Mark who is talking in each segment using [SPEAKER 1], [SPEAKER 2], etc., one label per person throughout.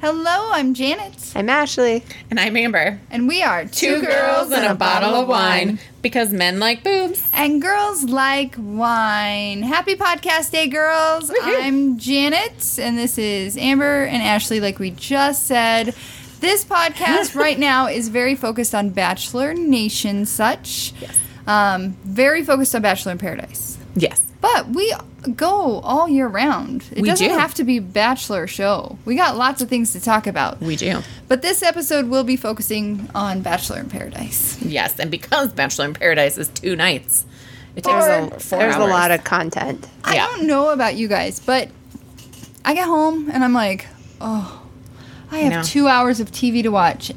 [SPEAKER 1] Hello, I'm Janet,
[SPEAKER 2] I'm Ashley.
[SPEAKER 3] And I'm Amber.
[SPEAKER 1] and we are Two,
[SPEAKER 3] Because men like boobs.
[SPEAKER 1] And girls like wine. Happy podcast day, girls. I'm Janet, and this is Amber and Ashley, like we just said. This podcast right now is very focused on Bachelor Nation, such. Yes. Um, very focused on Bachelor in Paradise.
[SPEAKER 3] Yes.
[SPEAKER 1] But we go all year round. It
[SPEAKER 3] We
[SPEAKER 1] doesn't
[SPEAKER 3] do.
[SPEAKER 1] have to be Bachelor show. We got lots of things to talk about.
[SPEAKER 3] We do.
[SPEAKER 1] But this episode will be focusing on Bachelor in Paradise.
[SPEAKER 3] Yes. And because Bachelor in Paradise is two nights, it takes
[SPEAKER 1] There's
[SPEAKER 3] a, four
[SPEAKER 2] There's
[SPEAKER 3] hours.
[SPEAKER 2] a lot of content.
[SPEAKER 1] I
[SPEAKER 3] Yeah.
[SPEAKER 1] don't know about you guys, but I get home and I'm like, oh, I have
[SPEAKER 3] know.
[SPEAKER 1] two hours of TV to watch,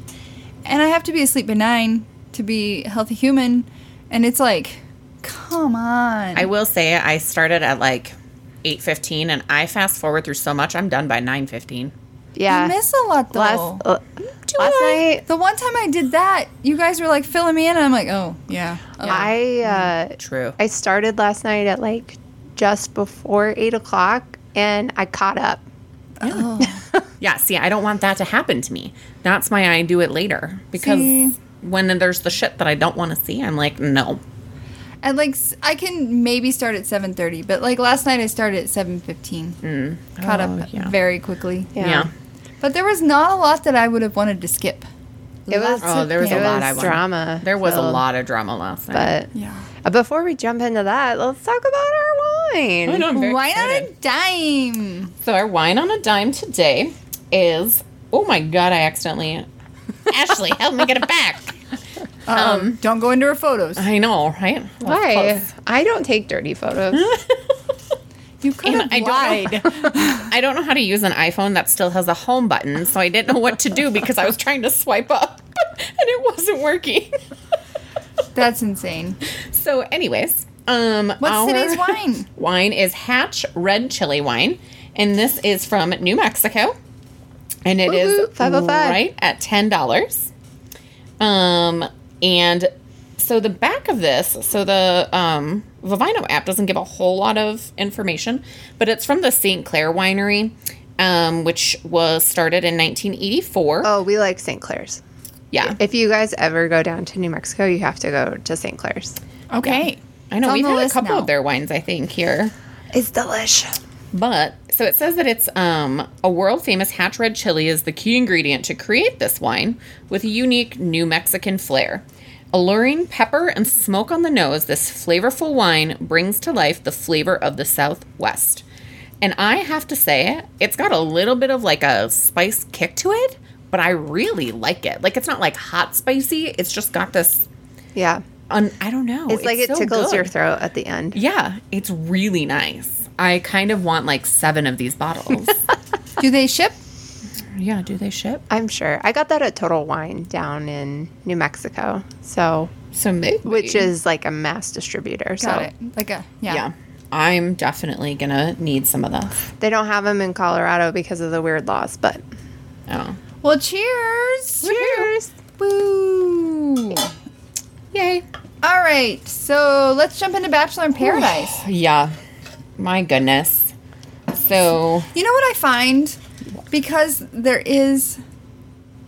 [SPEAKER 1] and I have to be asleep by nine to be a healthy human, and it's like, come on.
[SPEAKER 3] I will say I started at like 8.15 and I fast forward through so much, I'm done by 9.15.
[SPEAKER 2] Yeah.
[SPEAKER 1] You miss a lot though.
[SPEAKER 2] last uh, last night
[SPEAKER 1] the one time I did that, you guys were like filling me in, and I'm like, oh yeah, okay.
[SPEAKER 2] I uh,
[SPEAKER 3] True.
[SPEAKER 2] I started last night at like just before eight o'clock, and I caught up.
[SPEAKER 3] Yeah, see, I don't want that to happen to me. That's why I do it later because
[SPEAKER 1] See?
[SPEAKER 3] when there's the shit that I don't want to see, I'm like, no.
[SPEAKER 1] and like s- I can maybe start at 7:30, but like last night I started at 7:15. Caught
[SPEAKER 3] Oh,
[SPEAKER 1] up
[SPEAKER 3] yeah.
[SPEAKER 1] very quickly.
[SPEAKER 3] Yeah.
[SPEAKER 1] But there was not a lot that I would have wanted to skip.
[SPEAKER 2] It
[SPEAKER 1] Lots
[SPEAKER 2] was-
[SPEAKER 3] Oh,
[SPEAKER 1] of
[SPEAKER 3] there was
[SPEAKER 2] It
[SPEAKER 3] a lot
[SPEAKER 2] was
[SPEAKER 3] I wanted.
[SPEAKER 2] drama,
[SPEAKER 3] There was a
[SPEAKER 2] so-
[SPEAKER 3] lot of drama last night.
[SPEAKER 2] But
[SPEAKER 1] Yeah.
[SPEAKER 2] uh, before we jump into that, let's talk about our wine.
[SPEAKER 3] I know, I'm very
[SPEAKER 1] Why
[SPEAKER 3] excited.
[SPEAKER 1] not a dime?
[SPEAKER 3] So our wine on a dime today is oh my god, I accidentally Ashley, help me get it back.
[SPEAKER 1] Um, don't go into her photos.
[SPEAKER 3] I know, right? That was
[SPEAKER 2] Why?
[SPEAKER 3] close.
[SPEAKER 2] I don't take dirty photos.
[SPEAKER 1] You could
[SPEAKER 3] And
[SPEAKER 1] have
[SPEAKER 3] I
[SPEAKER 1] lied.
[SPEAKER 3] don't, know, I don't know how to use an iPhone that still has a home button, so I didn't know what to do because I was trying to swipe up and it wasn't working.
[SPEAKER 1] That's insane.
[SPEAKER 3] So, anyways, um,
[SPEAKER 1] What's
[SPEAKER 3] our
[SPEAKER 1] today's wine?
[SPEAKER 3] Wine is Hatch Red Chili Wine, and this is from New Mexico, and it is
[SPEAKER 2] Woohoo, 505.
[SPEAKER 3] right at ten dollars. Um, and so the back of this, so the um, Vivino app doesn't give a whole lot of information, but it's from the St. Clair Winery. Um, which was started in 1984.
[SPEAKER 2] oh, we like St. Clair's.
[SPEAKER 3] yeah,
[SPEAKER 2] If you guys ever go down to New Mexico, you have to go to St. Clair's.
[SPEAKER 1] Okay.
[SPEAKER 3] I know
[SPEAKER 1] on
[SPEAKER 3] we've
[SPEAKER 1] the
[SPEAKER 3] had a
[SPEAKER 1] list
[SPEAKER 3] couple
[SPEAKER 1] now.
[SPEAKER 3] of their wines. I think here.
[SPEAKER 2] It's delish.
[SPEAKER 3] But so it says that it's um, a world famous hatch red chili is the key ingredient to create this wine with a unique New Mexican flair. Alluring pepper and smoke on the nose, this flavorful wine brings to life the flavor of the Southwest. And I have to say, it's got a little bit of like a spice kick to it, but I really like it. Like it's not like hot spicy, it's just got this
[SPEAKER 2] Yeah.
[SPEAKER 3] un- I don't know.
[SPEAKER 2] It's, like it
[SPEAKER 3] so
[SPEAKER 2] tickles your
[SPEAKER 3] good.
[SPEAKER 2] throat at the end.
[SPEAKER 3] Yeah, it's really nice. I kind of want like 7 of these bottles.
[SPEAKER 1] Do they ship?
[SPEAKER 3] Yeah, do they ship?
[SPEAKER 2] I'm sure. I got that at Total Wine down in New Mexico. So,
[SPEAKER 3] So maybe.
[SPEAKER 2] which is like a mass distributor. so
[SPEAKER 1] Got it. Like a yeah.
[SPEAKER 3] yeah. I'm definitely gonna need some of that.
[SPEAKER 2] they don't have them in Colorado because of the weird laws, but
[SPEAKER 3] Oh,
[SPEAKER 1] Well, cheers.
[SPEAKER 2] cheers.
[SPEAKER 1] Woo.
[SPEAKER 3] yay!
[SPEAKER 1] All right. So let's jump into Bachelor in Paradise.
[SPEAKER 3] Yeah, my goodness. So
[SPEAKER 1] You know what I find? Because there is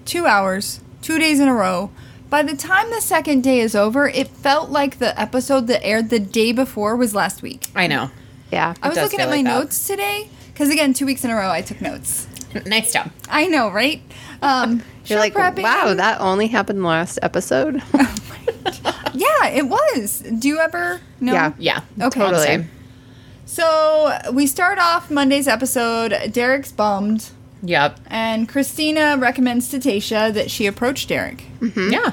[SPEAKER 1] two hours, two days in a row, by the time the second day is over, it felt like the episode that aired the day before was last week.
[SPEAKER 3] I know.
[SPEAKER 2] Yeah.
[SPEAKER 1] I was
[SPEAKER 3] does
[SPEAKER 1] looking at
[SPEAKER 3] feel
[SPEAKER 1] my
[SPEAKER 3] like that.
[SPEAKER 1] notes today because, again, two weeks in a row I took notes.
[SPEAKER 3] Nice job.
[SPEAKER 1] I know, right? Um, show
[SPEAKER 2] You're like,
[SPEAKER 1] prepping.
[SPEAKER 2] wow, that only happened last episode.
[SPEAKER 1] Yeah, it was. Do you ever? No.
[SPEAKER 2] Yeah.
[SPEAKER 3] Yeah.
[SPEAKER 1] Okay.
[SPEAKER 3] all the
[SPEAKER 2] Totally.
[SPEAKER 3] time.
[SPEAKER 1] So we start off Monday's episode. Derek's bummed,
[SPEAKER 3] Yep.
[SPEAKER 1] and Christina recommends to Tasha that she approach Derek.
[SPEAKER 3] Yeah.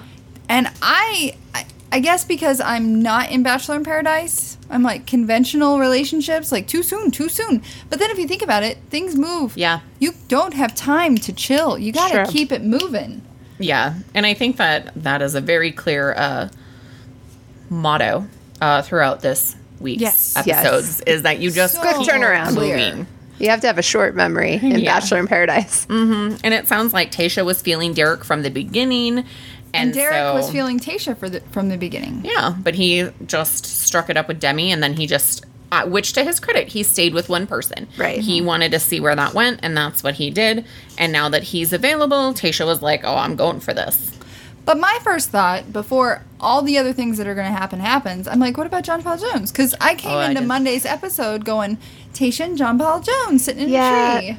[SPEAKER 1] And I, I, I guess because I'm not in Bachelor in Paradise, I'm like conventional relationships, like too soon, too soon. But then if you think about it, things move.
[SPEAKER 3] Yeah.
[SPEAKER 1] You don't have time to chill. You got to
[SPEAKER 2] Sure.
[SPEAKER 1] keep it moving.
[SPEAKER 3] Yeah, and I think that that is a very clear uh, motto uh, throughout this week's
[SPEAKER 1] Yes.
[SPEAKER 3] episodes is that you just
[SPEAKER 1] So
[SPEAKER 3] keep
[SPEAKER 2] turnaround.
[SPEAKER 1] clear.
[SPEAKER 3] moving.
[SPEAKER 2] You have to have a short memory in
[SPEAKER 3] Yeah. Mm.
[SPEAKER 2] Bachelor in Paradise.
[SPEAKER 3] And it sounds like Tasha was feeling Derek from the beginning, and,
[SPEAKER 1] And Derek
[SPEAKER 3] so-
[SPEAKER 1] was feeling Tasha for the, from the beginning.
[SPEAKER 3] Yeah, but he just struck it up with Demi, and then he just, uh, which to his credit, he stayed with one person.
[SPEAKER 2] Right.
[SPEAKER 3] He wanted to see where that went, and that's what he did. And now that he's available, Tasha was like, "Oh, I'm going for this."
[SPEAKER 1] But my first thought before all the other things that are going to happen happens, I'm like, what about John Paul Jones? Because I came
[SPEAKER 3] Oh, I
[SPEAKER 1] into
[SPEAKER 3] did.
[SPEAKER 1] Monday's episode going, Tasha and John Paul Jones sitting in
[SPEAKER 2] Yeah.
[SPEAKER 1] a tree.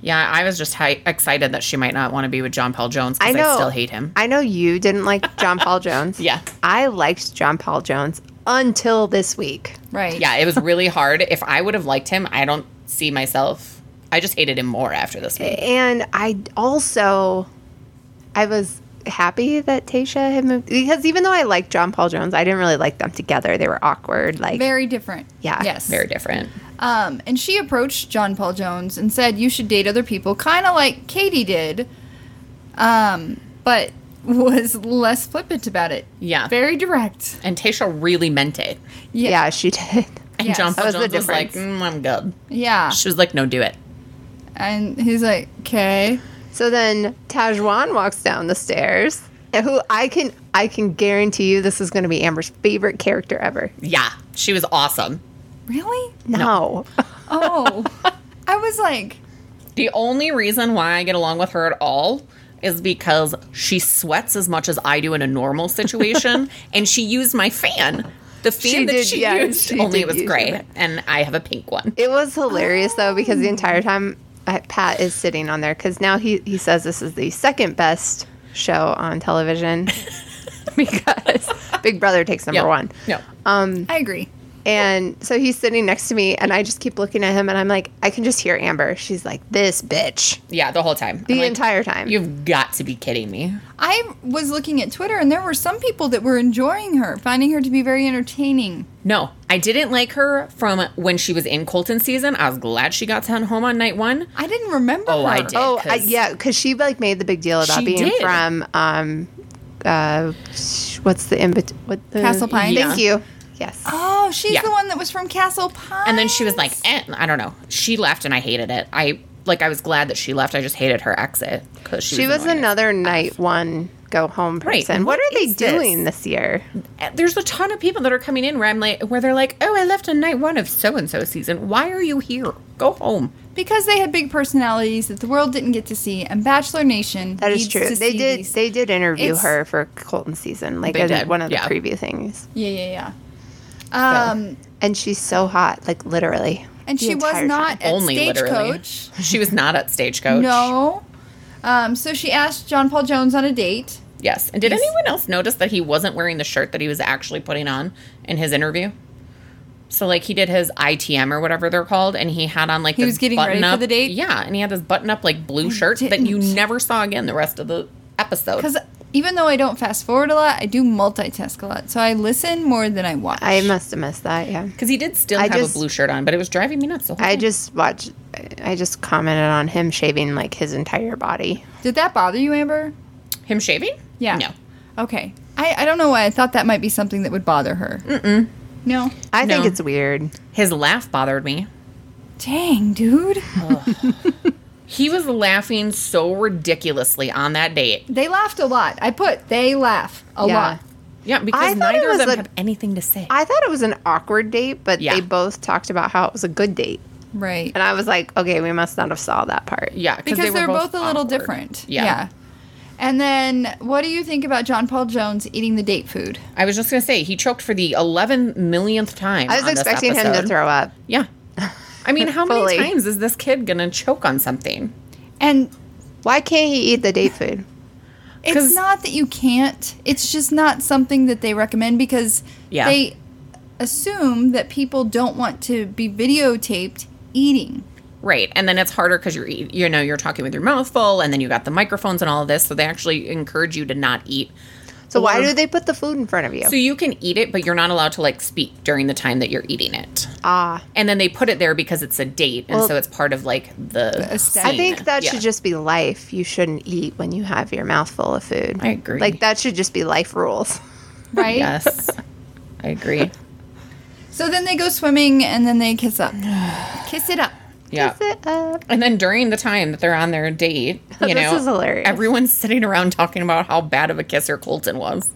[SPEAKER 3] Yeah, I was just hi- excited that she might not want to be with John Paul Jones
[SPEAKER 2] I
[SPEAKER 3] because
[SPEAKER 2] know.
[SPEAKER 3] I still hate him.
[SPEAKER 2] I know you didn't like John Paul Jones.
[SPEAKER 3] Yeah.
[SPEAKER 2] I liked John Paul Jones until this week.
[SPEAKER 1] Right.
[SPEAKER 3] Yeah, it was really hard. If I would have liked him, I don't see myself. I just hated him more after this week.
[SPEAKER 2] And I also, I was happy that Tasha had moved because even though I liked John Paul Jones, I didn't really like them together. They were awkward. Like,
[SPEAKER 1] Very different.
[SPEAKER 2] Yeah.
[SPEAKER 1] Yes.
[SPEAKER 3] Very different.
[SPEAKER 1] Um, and she approached John Paul Jones and said, "You should date other people, kind of like Katie did, um, but was less flippant about it.
[SPEAKER 3] Yeah.
[SPEAKER 1] very direct.
[SPEAKER 3] And Tasha really meant it.
[SPEAKER 2] yeah. she did.
[SPEAKER 3] And
[SPEAKER 1] Yes.
[SPEAKER 3] John
[SPEAKER 1] That
[SPEAKER 3] Paul
[SPEAKER 2] was the
[SPEAKER 3] Jones was like, "Mm,
[SPEAKER 2] difference.
[SPEAKER 3] "I'm good."
[SPEAKER 1] Yeah."
[SPEAKER 3] She was like, "No, do it."
[SPEAKER 1] And he's like, "Okay,
[SPEAKER 2] So then Tajwan walks down the stairs, and who I can I can guarantee you this is going to be Amber's favorite character ever.
[SPEAKER 3] Yeah, she was awesome.
[SPEAKER 1] really?
[SPEAKER 2] No,
[SPEAKER 1] Oh, I was like,
[SPEAKER 3] The only reason why I get along with her at all is because she sweats as much as I do in a normal situation, and she used my fan. The fan
[SPEAKER 2] She
[SPEAKER 3] that
[SPEAKER 2] did,
[SPEAKER 3] she
[SPEAKER 2] yeah,
[SPEAKER 3] used
[SPEAKER 2] she
[SPEAKER 3] only
[SPEAKER 2] did
[SPEAKER 3] was
[SPEAKER 2] use your
[SPEAKER 3] gray,
[SPEAKER 2] fan.
[SPEAKER 3] and I have a pink one.
[SPEAKER 2] it was hilarious though because the entire time uh, Pat is sitting on there because now he he says this is the second best show on television because Big Brother takes number
[SPEAKER 3] Yeah.
[SPEAKER 2] one.
[SPEAKER 3] No.
[SPEAKER 1] I agree.
[SPEAKER 2] And so he's sitting next to me, and I just keep looking at him, and I'm like, I can just hear Amber. She's like, this bitch.
[SPEAKER 3] Yeah, the whole time.
[SPEAKER 2] The entire time.
[SPEAKER 3] You've got to be kidding me.
[SPEAKER 1] I was looking at Twitter, and there were some people that were enjoying her, finding her to be very entertaining.
[SPEAKER 3] No, I didn't like her from when she was in Colton season. I was glad she got sent home on night one.
[SPEAKER 1] I didn't remember.
[SPEAKER 3] Oh,
[SPEAKER 1] her.
[SPEAKER 3] I did.
[SPEAKER 2] oh, I,
[SPEAKER 3] 'cause-
[SPEAKER 2] yeah, because she like made the big deal about
[SPEAKER 3] She
[SPEAKER 2] being
[SPEAKER 3] did.
[SPEAKER 2] from um, uh, sh- what's the in between? What the-
[SPEAKER 1] Castle Pines?
[SPEAKER 2] Thank you. Yes.
[SPEAKER 1] Oh, she's
[SPEAKER 3] Yeah.
[SPEAKER 1] the one that was from Castle Pines.
[SPEAKER 3] And then she was like, eh, I don't know. She left and I hated it. I like I was glad that she left. I just hated her exit because she,
[SPEAKER 2] she was
[SPEAKER 3] annoying.
[SPEAKER 2] another night one go home
[SPEAKER 3] Right,
[SPEAKER 2] person.
[SPEAKER 3] what
[SPEAKER 2] What, are they
[SPEAKER 3] is this?
[SPEAKER 2] doing this year?
[SPEAKER 3] Eh, There's a ton of people that are coming in where I'm like, where they're like, oh, I left on night one of so and so season. Why are you here? Go home.
[SPEAKER 1] because they had big personalities that the world didn't get to see, and Bachelor Nation.
[SPEAKER 2] That is
[SPEAKER 1] needs
[SPEAKER 2] true.
[SPEAKER 1] to
[SPEAKER 2] They
[SPEAKER 1] see
[SPEAKER 2] did.
[SPEAKER 1] these-
[SPEAKER 2] They did interview
[SPEAKER 1] It's-
[SPEAKER 2] her for Colton season, like
[SPEAKER 3] They
[SPEAKER 2] in
[SPEAKER 3] did,
[SPEAKER 2] one of the
[SPEAKER 3] yeah.
[SPEAKER 2] preview things.
[SPEAKER 1] yeah, yeah, yeah. Um,
[SPEAKER 2] And she's so hot, like literally.
[SPEAKER 1] and
[SPEAKER 2] the
[SPEAKER 1] she was
[SPEAKER 2] entire
[SPEAKER 1] not
[SPEAKER 2] time.
[SPEAKER 1] at
[SPEAKER 3] Only literally.
[SPEAKER 1] stagecoach.
[SPEAKER 3] She was not at stagecoach.
[SPEAKER 1] No. Um, so she asked John Paul Jones on a date.
[SPEAKER 3] Yes. And did
[SPEAKER 1] He's-
[SPEAKER 3] anyone else notice that he wasn't wearing the shirt that he was actually putting on in his interview? So like he did his ITM or whatever they're called, and he had on like
[SPEAKER 1] He was getting ready for
[SPEAKER 3] button-up-
[SPEAKER 1] the date?
[SPEAKER 3] Yeah, and he had this button up like blue shirt that you
[SPEAKER 1] didn't.
[SPEAKER 3] never saw again the rest of the episode.
[SPEAKER 1] Because even though I don't fast forward a lot, I do multitask a lot. So I listen more than I watch.
[SPEAKER 2] I must have missed that. Yeah.
[SPEAKER 3] Because he did still
[SPEAKER 2] I
[SPEAKER 3] have
[SPEAKER 2] just-
[SPEAKER 3] a blue shirt on, but it was driving me nuts. The whole
[SPEAKER 2] I
[SPEAKER 3] time.
[SPEAKER 2] just watched. I just commented on him shaving like his entire body.
[SPEAKER 1] Did that bother you, Amber?
[SPEAKER 3] Him shaving?
[SPEAKER 1] Yeah.
[SPEAKER 3] No.
[SPEAKER 1] Okay. I, I don't know why I thought that might be something that would bother her. Mm-mm. No.
[SPEAKER 2] I think
[SPEAKER 3] No.
[SPEAKER 2] it's weird.
[SPEAKER 3] His laugh bothered me.
[SPEAKER 1] Dang, dude.
[SPEAKER 3] He was laughing so ridiculously on that date.
[SPEAKER 1] They laughed a lot. I put they laugh a
[SPEAKER 2] Yeah.
[SPEAKER 1] lot.
[SPEAKER 3] Yeah,
[SPEAKER 2] I
[SPEAKER 3] because
[SPEAKER 2] thought it
[SPEAKER 3] neither
[SPEAKER 2] was
[SPEAKER 3] of them
[SPEAKER 2] a-
[SPEAKER 3] had anything to say.
[SPEAKER 2] I thought it was an awkward date, but
[SPEAKER 3] Yeah.
[SPEAKER 2] they both talked about how it was a good date,
[SPEAKER 1] Right.
[SPEAKER 2] and I was like, okay, we must not have saw that part.
[SPEAKER 3] yeah,
[SPEAKER 1] because
[SPEAKER 3] they were
[SPEAKER 1] are both, a little
[SPEAKER 3] awkward.
[SPEAKER 1] different.
[SPEAKER 3] Yeah.
[SPEAKER 1] And then what do you think about John Paul Jones eating the date food?
[SPEAKER 3] I was just gonna say he choked for the eleven millionth time.
[SPEAKER 2] I was
[SPEAKER 3] on this
[SPEAKER 2] expecting him to
[SPEAKER 3] episode.
[SPEAKER 2] throw up.
[SPEAKER 3] Yeah. I mean, how many
[SPEAKER 2] Fully.
[SPEAKER 3] times is this kid gonna choke on something?
[SPEAKER 1] And
[SPEAKER 2] Why can't he eat the date food?
[SPEAKER 1] it's
[SPEAKER 3] 'Cause-
[SPEAKER 1] not that you can't. It's just not something that they recommend because
[SPEAKER 3] Yeah.
[SPEAKER 1] they assume that people don't want to be videotaped eating.
[SPEAKER 3] Right, and then it's harder because you're eat- you know you're talking with your mouth full, and then you got the microphones and all of this, so they actually encourage you to not eat
[SPEAKER 2] So why
[SPEAKER 3] Or-
[SPEAKER 2] do they put the food in front of you?
[SPEAKER 3] So you can eat it, but you're not allowed to like speak during the time that you're eating it.
[SPEAKER 2] ah,
[SPEAKER 3] And then they put it there because it's a date, and
[SPEAKER 2] Well-
[SPEAKER 3] so it's part of like the.
[SPEAKER 1] aesthetic.
[SPEAKER 2] I think
[SPEAKER 3] scene.
[SPEAKER 2] that
[SPEAKER 3] Yeah.
[SPEAKER 2] should just be life. You shouldn't eat when you have your mouth full of food.
[SPEAKER 3] I agree.
[SPEAKER 2] Like that should just be life rules.
[SPEAKER 1] right?
[SPEAKER 3] Yes, I agree.
[SPEAKER 1] So then they go swimming and then they kiss up. kiss it up.
[SPEAKER 3] Yeah.
[SPEAKER 2] Sit up.
[SPEAKER 3] And then during the time that they're on their date, you
[SPEAKER 2] This
[SPEAKER 3] know,
[SPEAKER 2] is hilarious.
[SPEAKER 3] everyone's sitting around talking about how bad of a kisser Colton was.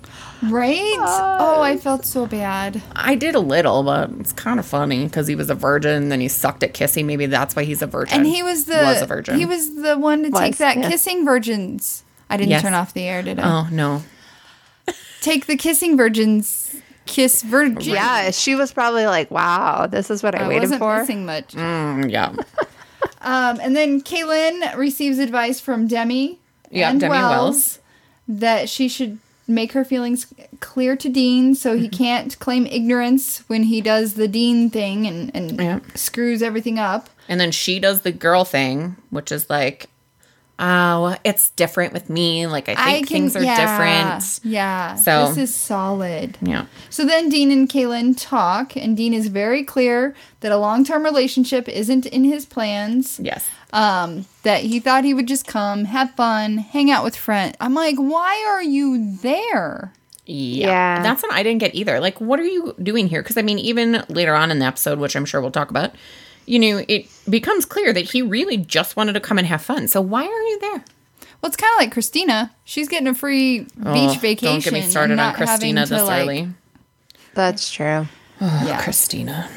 [SPEAKER 1] Right?
[SPEAKER 3] Uh,
[SPEAKER 1] Oh, I felt so bad.
[SPEAKER 3] I did a little, but it's kind of funny because he was a virgin, then he sucked at kissing. Maybe that's why he's a virgin.
[SPEAKER 1] And he was the
[SPEAKER 3] was a virgin.
[SPEAKER 1] He was the one to take
[SPEAKER 2] Was,
[SPEAKER 1] that
[SPEAKER 2] yeah.
[SPEAKER 1] kissing virgins. I didn't
[SPEAKER 3] Yes.
[SPEAKER 1] turn off the air, did I?
[SPEAKER 3] Oh no!
[SPEAKER 1] Take the kissing virgins. Kiss virgin.
[SPEAKER 2] Yeah, she was probably like, "Wow, this is what I,
[SPEAKER 1] I
[SPEAKER 2] waited
[SPEAKER 1] wasn't
[SPEAKER 2] for."
[SPEAKER 1] missing much.
[SPEAKER 3] Mm, yeah.
[SPEAKER 1] Um, and then Kaylin receives advice from Demi.
[SPEAKER 3] Yeah,
[SPEAKER 1] and
[SPEAKER 3] Demi Wells.
[SPEAKER 1] That she should make her feelings clear to Dean so he
[SPEAKER 3] Mm-hmm.
[SPEAKER 1] can't claim ignorance when he does the Dean thing and, and
[SPEAKER 3] Yeah.
[SPEAKER 1] screws everything up.
[SPEAKER 3] And then she does the girl thing, which is like, oh, it's different with me. Like I think things are
[SPEAKER 1] yeah,
[SPEAKER 3] different.
[SPEAKER 1] Yeah.
[SPEAKER 3] So-
[SPEAKER 1] this is solid.
[SPEAKER 3] Yeah.
[SPEAKER 1] So then Dean and Kaylin talk, and Dean is very clear that a long term relationship isn't in his plans.
[SPEAKER 3] Yes.
[SPEAKER 1] um, that he thought he would just come, have fun, hang out with friends. I'm like, why are you there?
[SPEAKER 3] Yeah.
[SPEAKER 2] Yeah.
[SPEAKER 3] That's what I didn't get either. Like, what are you doing here? Because, I mean, even later on in the episode, which I'm sure we'll talk about, you know, it becomes clear that he really just wanted to come and have fun. So, why are you there?
[SPEAKER 1] Well, it's kind of like Christina. She's getting a free beach
[SPEAKER 3] Ugh,
[SPEAKER 1] vacation.
[SPEAKER 3] Don't get me
[SPEAKER 1] and
[SPEAKER 3] started on
[SPEAKER 1] not having
[SPEAKER 3] Christina
[SPEAKER 1] to,
[SPEAKER 3] this
[SPEAKER 1] like-
[SPEAKER 3] early.
[SPEAKER 2] That's true.
[SPEAKER 1] yeah.
[SPEAKER 3] Christina.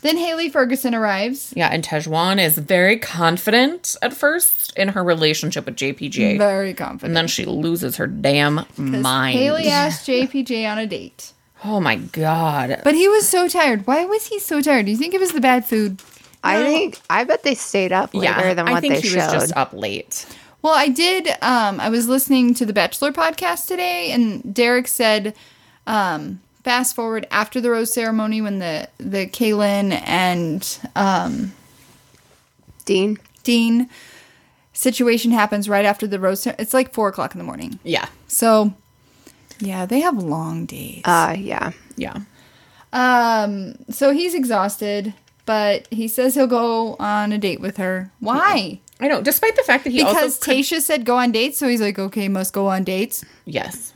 [SPEAKER 1] Then Haley Ferguson arrives.
[SPEAKER 3] Yeah. And Tejuan is very confident at first in her relationship with JPGA.
[SPEAKER 1] Very
[SPEAKER 3] and
[SPEAKER 1] confident.
[SPEAKER 3] then she loses her damn mind.
[SPEAKER 1] Haley asked JPJ on a date.
[SPEAKER 3] Oh my god.
[SPEAKER 1] But he was so tired. Why was he so tired? Do you think it was the bad food?
[SPEAKER 2] I think I bet they stayed up later
[SPEAKER 3] yeah,
[SPEAKER 2] than what
[SPEAKER 3] I think
[SPEAKER 2] they
[SPEAKER 3] he
[SPEAKER 2] showed.
[SPEAKER 3] was just up late.
[SPEAKER 1] Well, I did. Um, I was listening to the Bachelor podcast today, and Derek said, um, fast forward after the rose ceremony when the the Kaylin and um,
[SPEAKER 2] Dean,
[SPEAKER 1] Dean situation happens right after the rose. cer- It's like four o'clock in the morning.
[SPEAKER 3] Yeah,
[SPEAKER 1] So, yeah, they have long days.
[SPEAKER 2] uh, yeah,
[SPEAKER 3] yeah.
[SPEAKER 1] Um, so he's exhausted, but he says he'll go on a date with her. Why?
[SPEAKER 3] I know. Despite the fact that he
[SPEAKER 1] Because
[SPEAKER 3] also could-
[SPEAKER 1] Tasha said go on dates, so he's like, okay, must go on dates.
[SPEAKER 3] yes,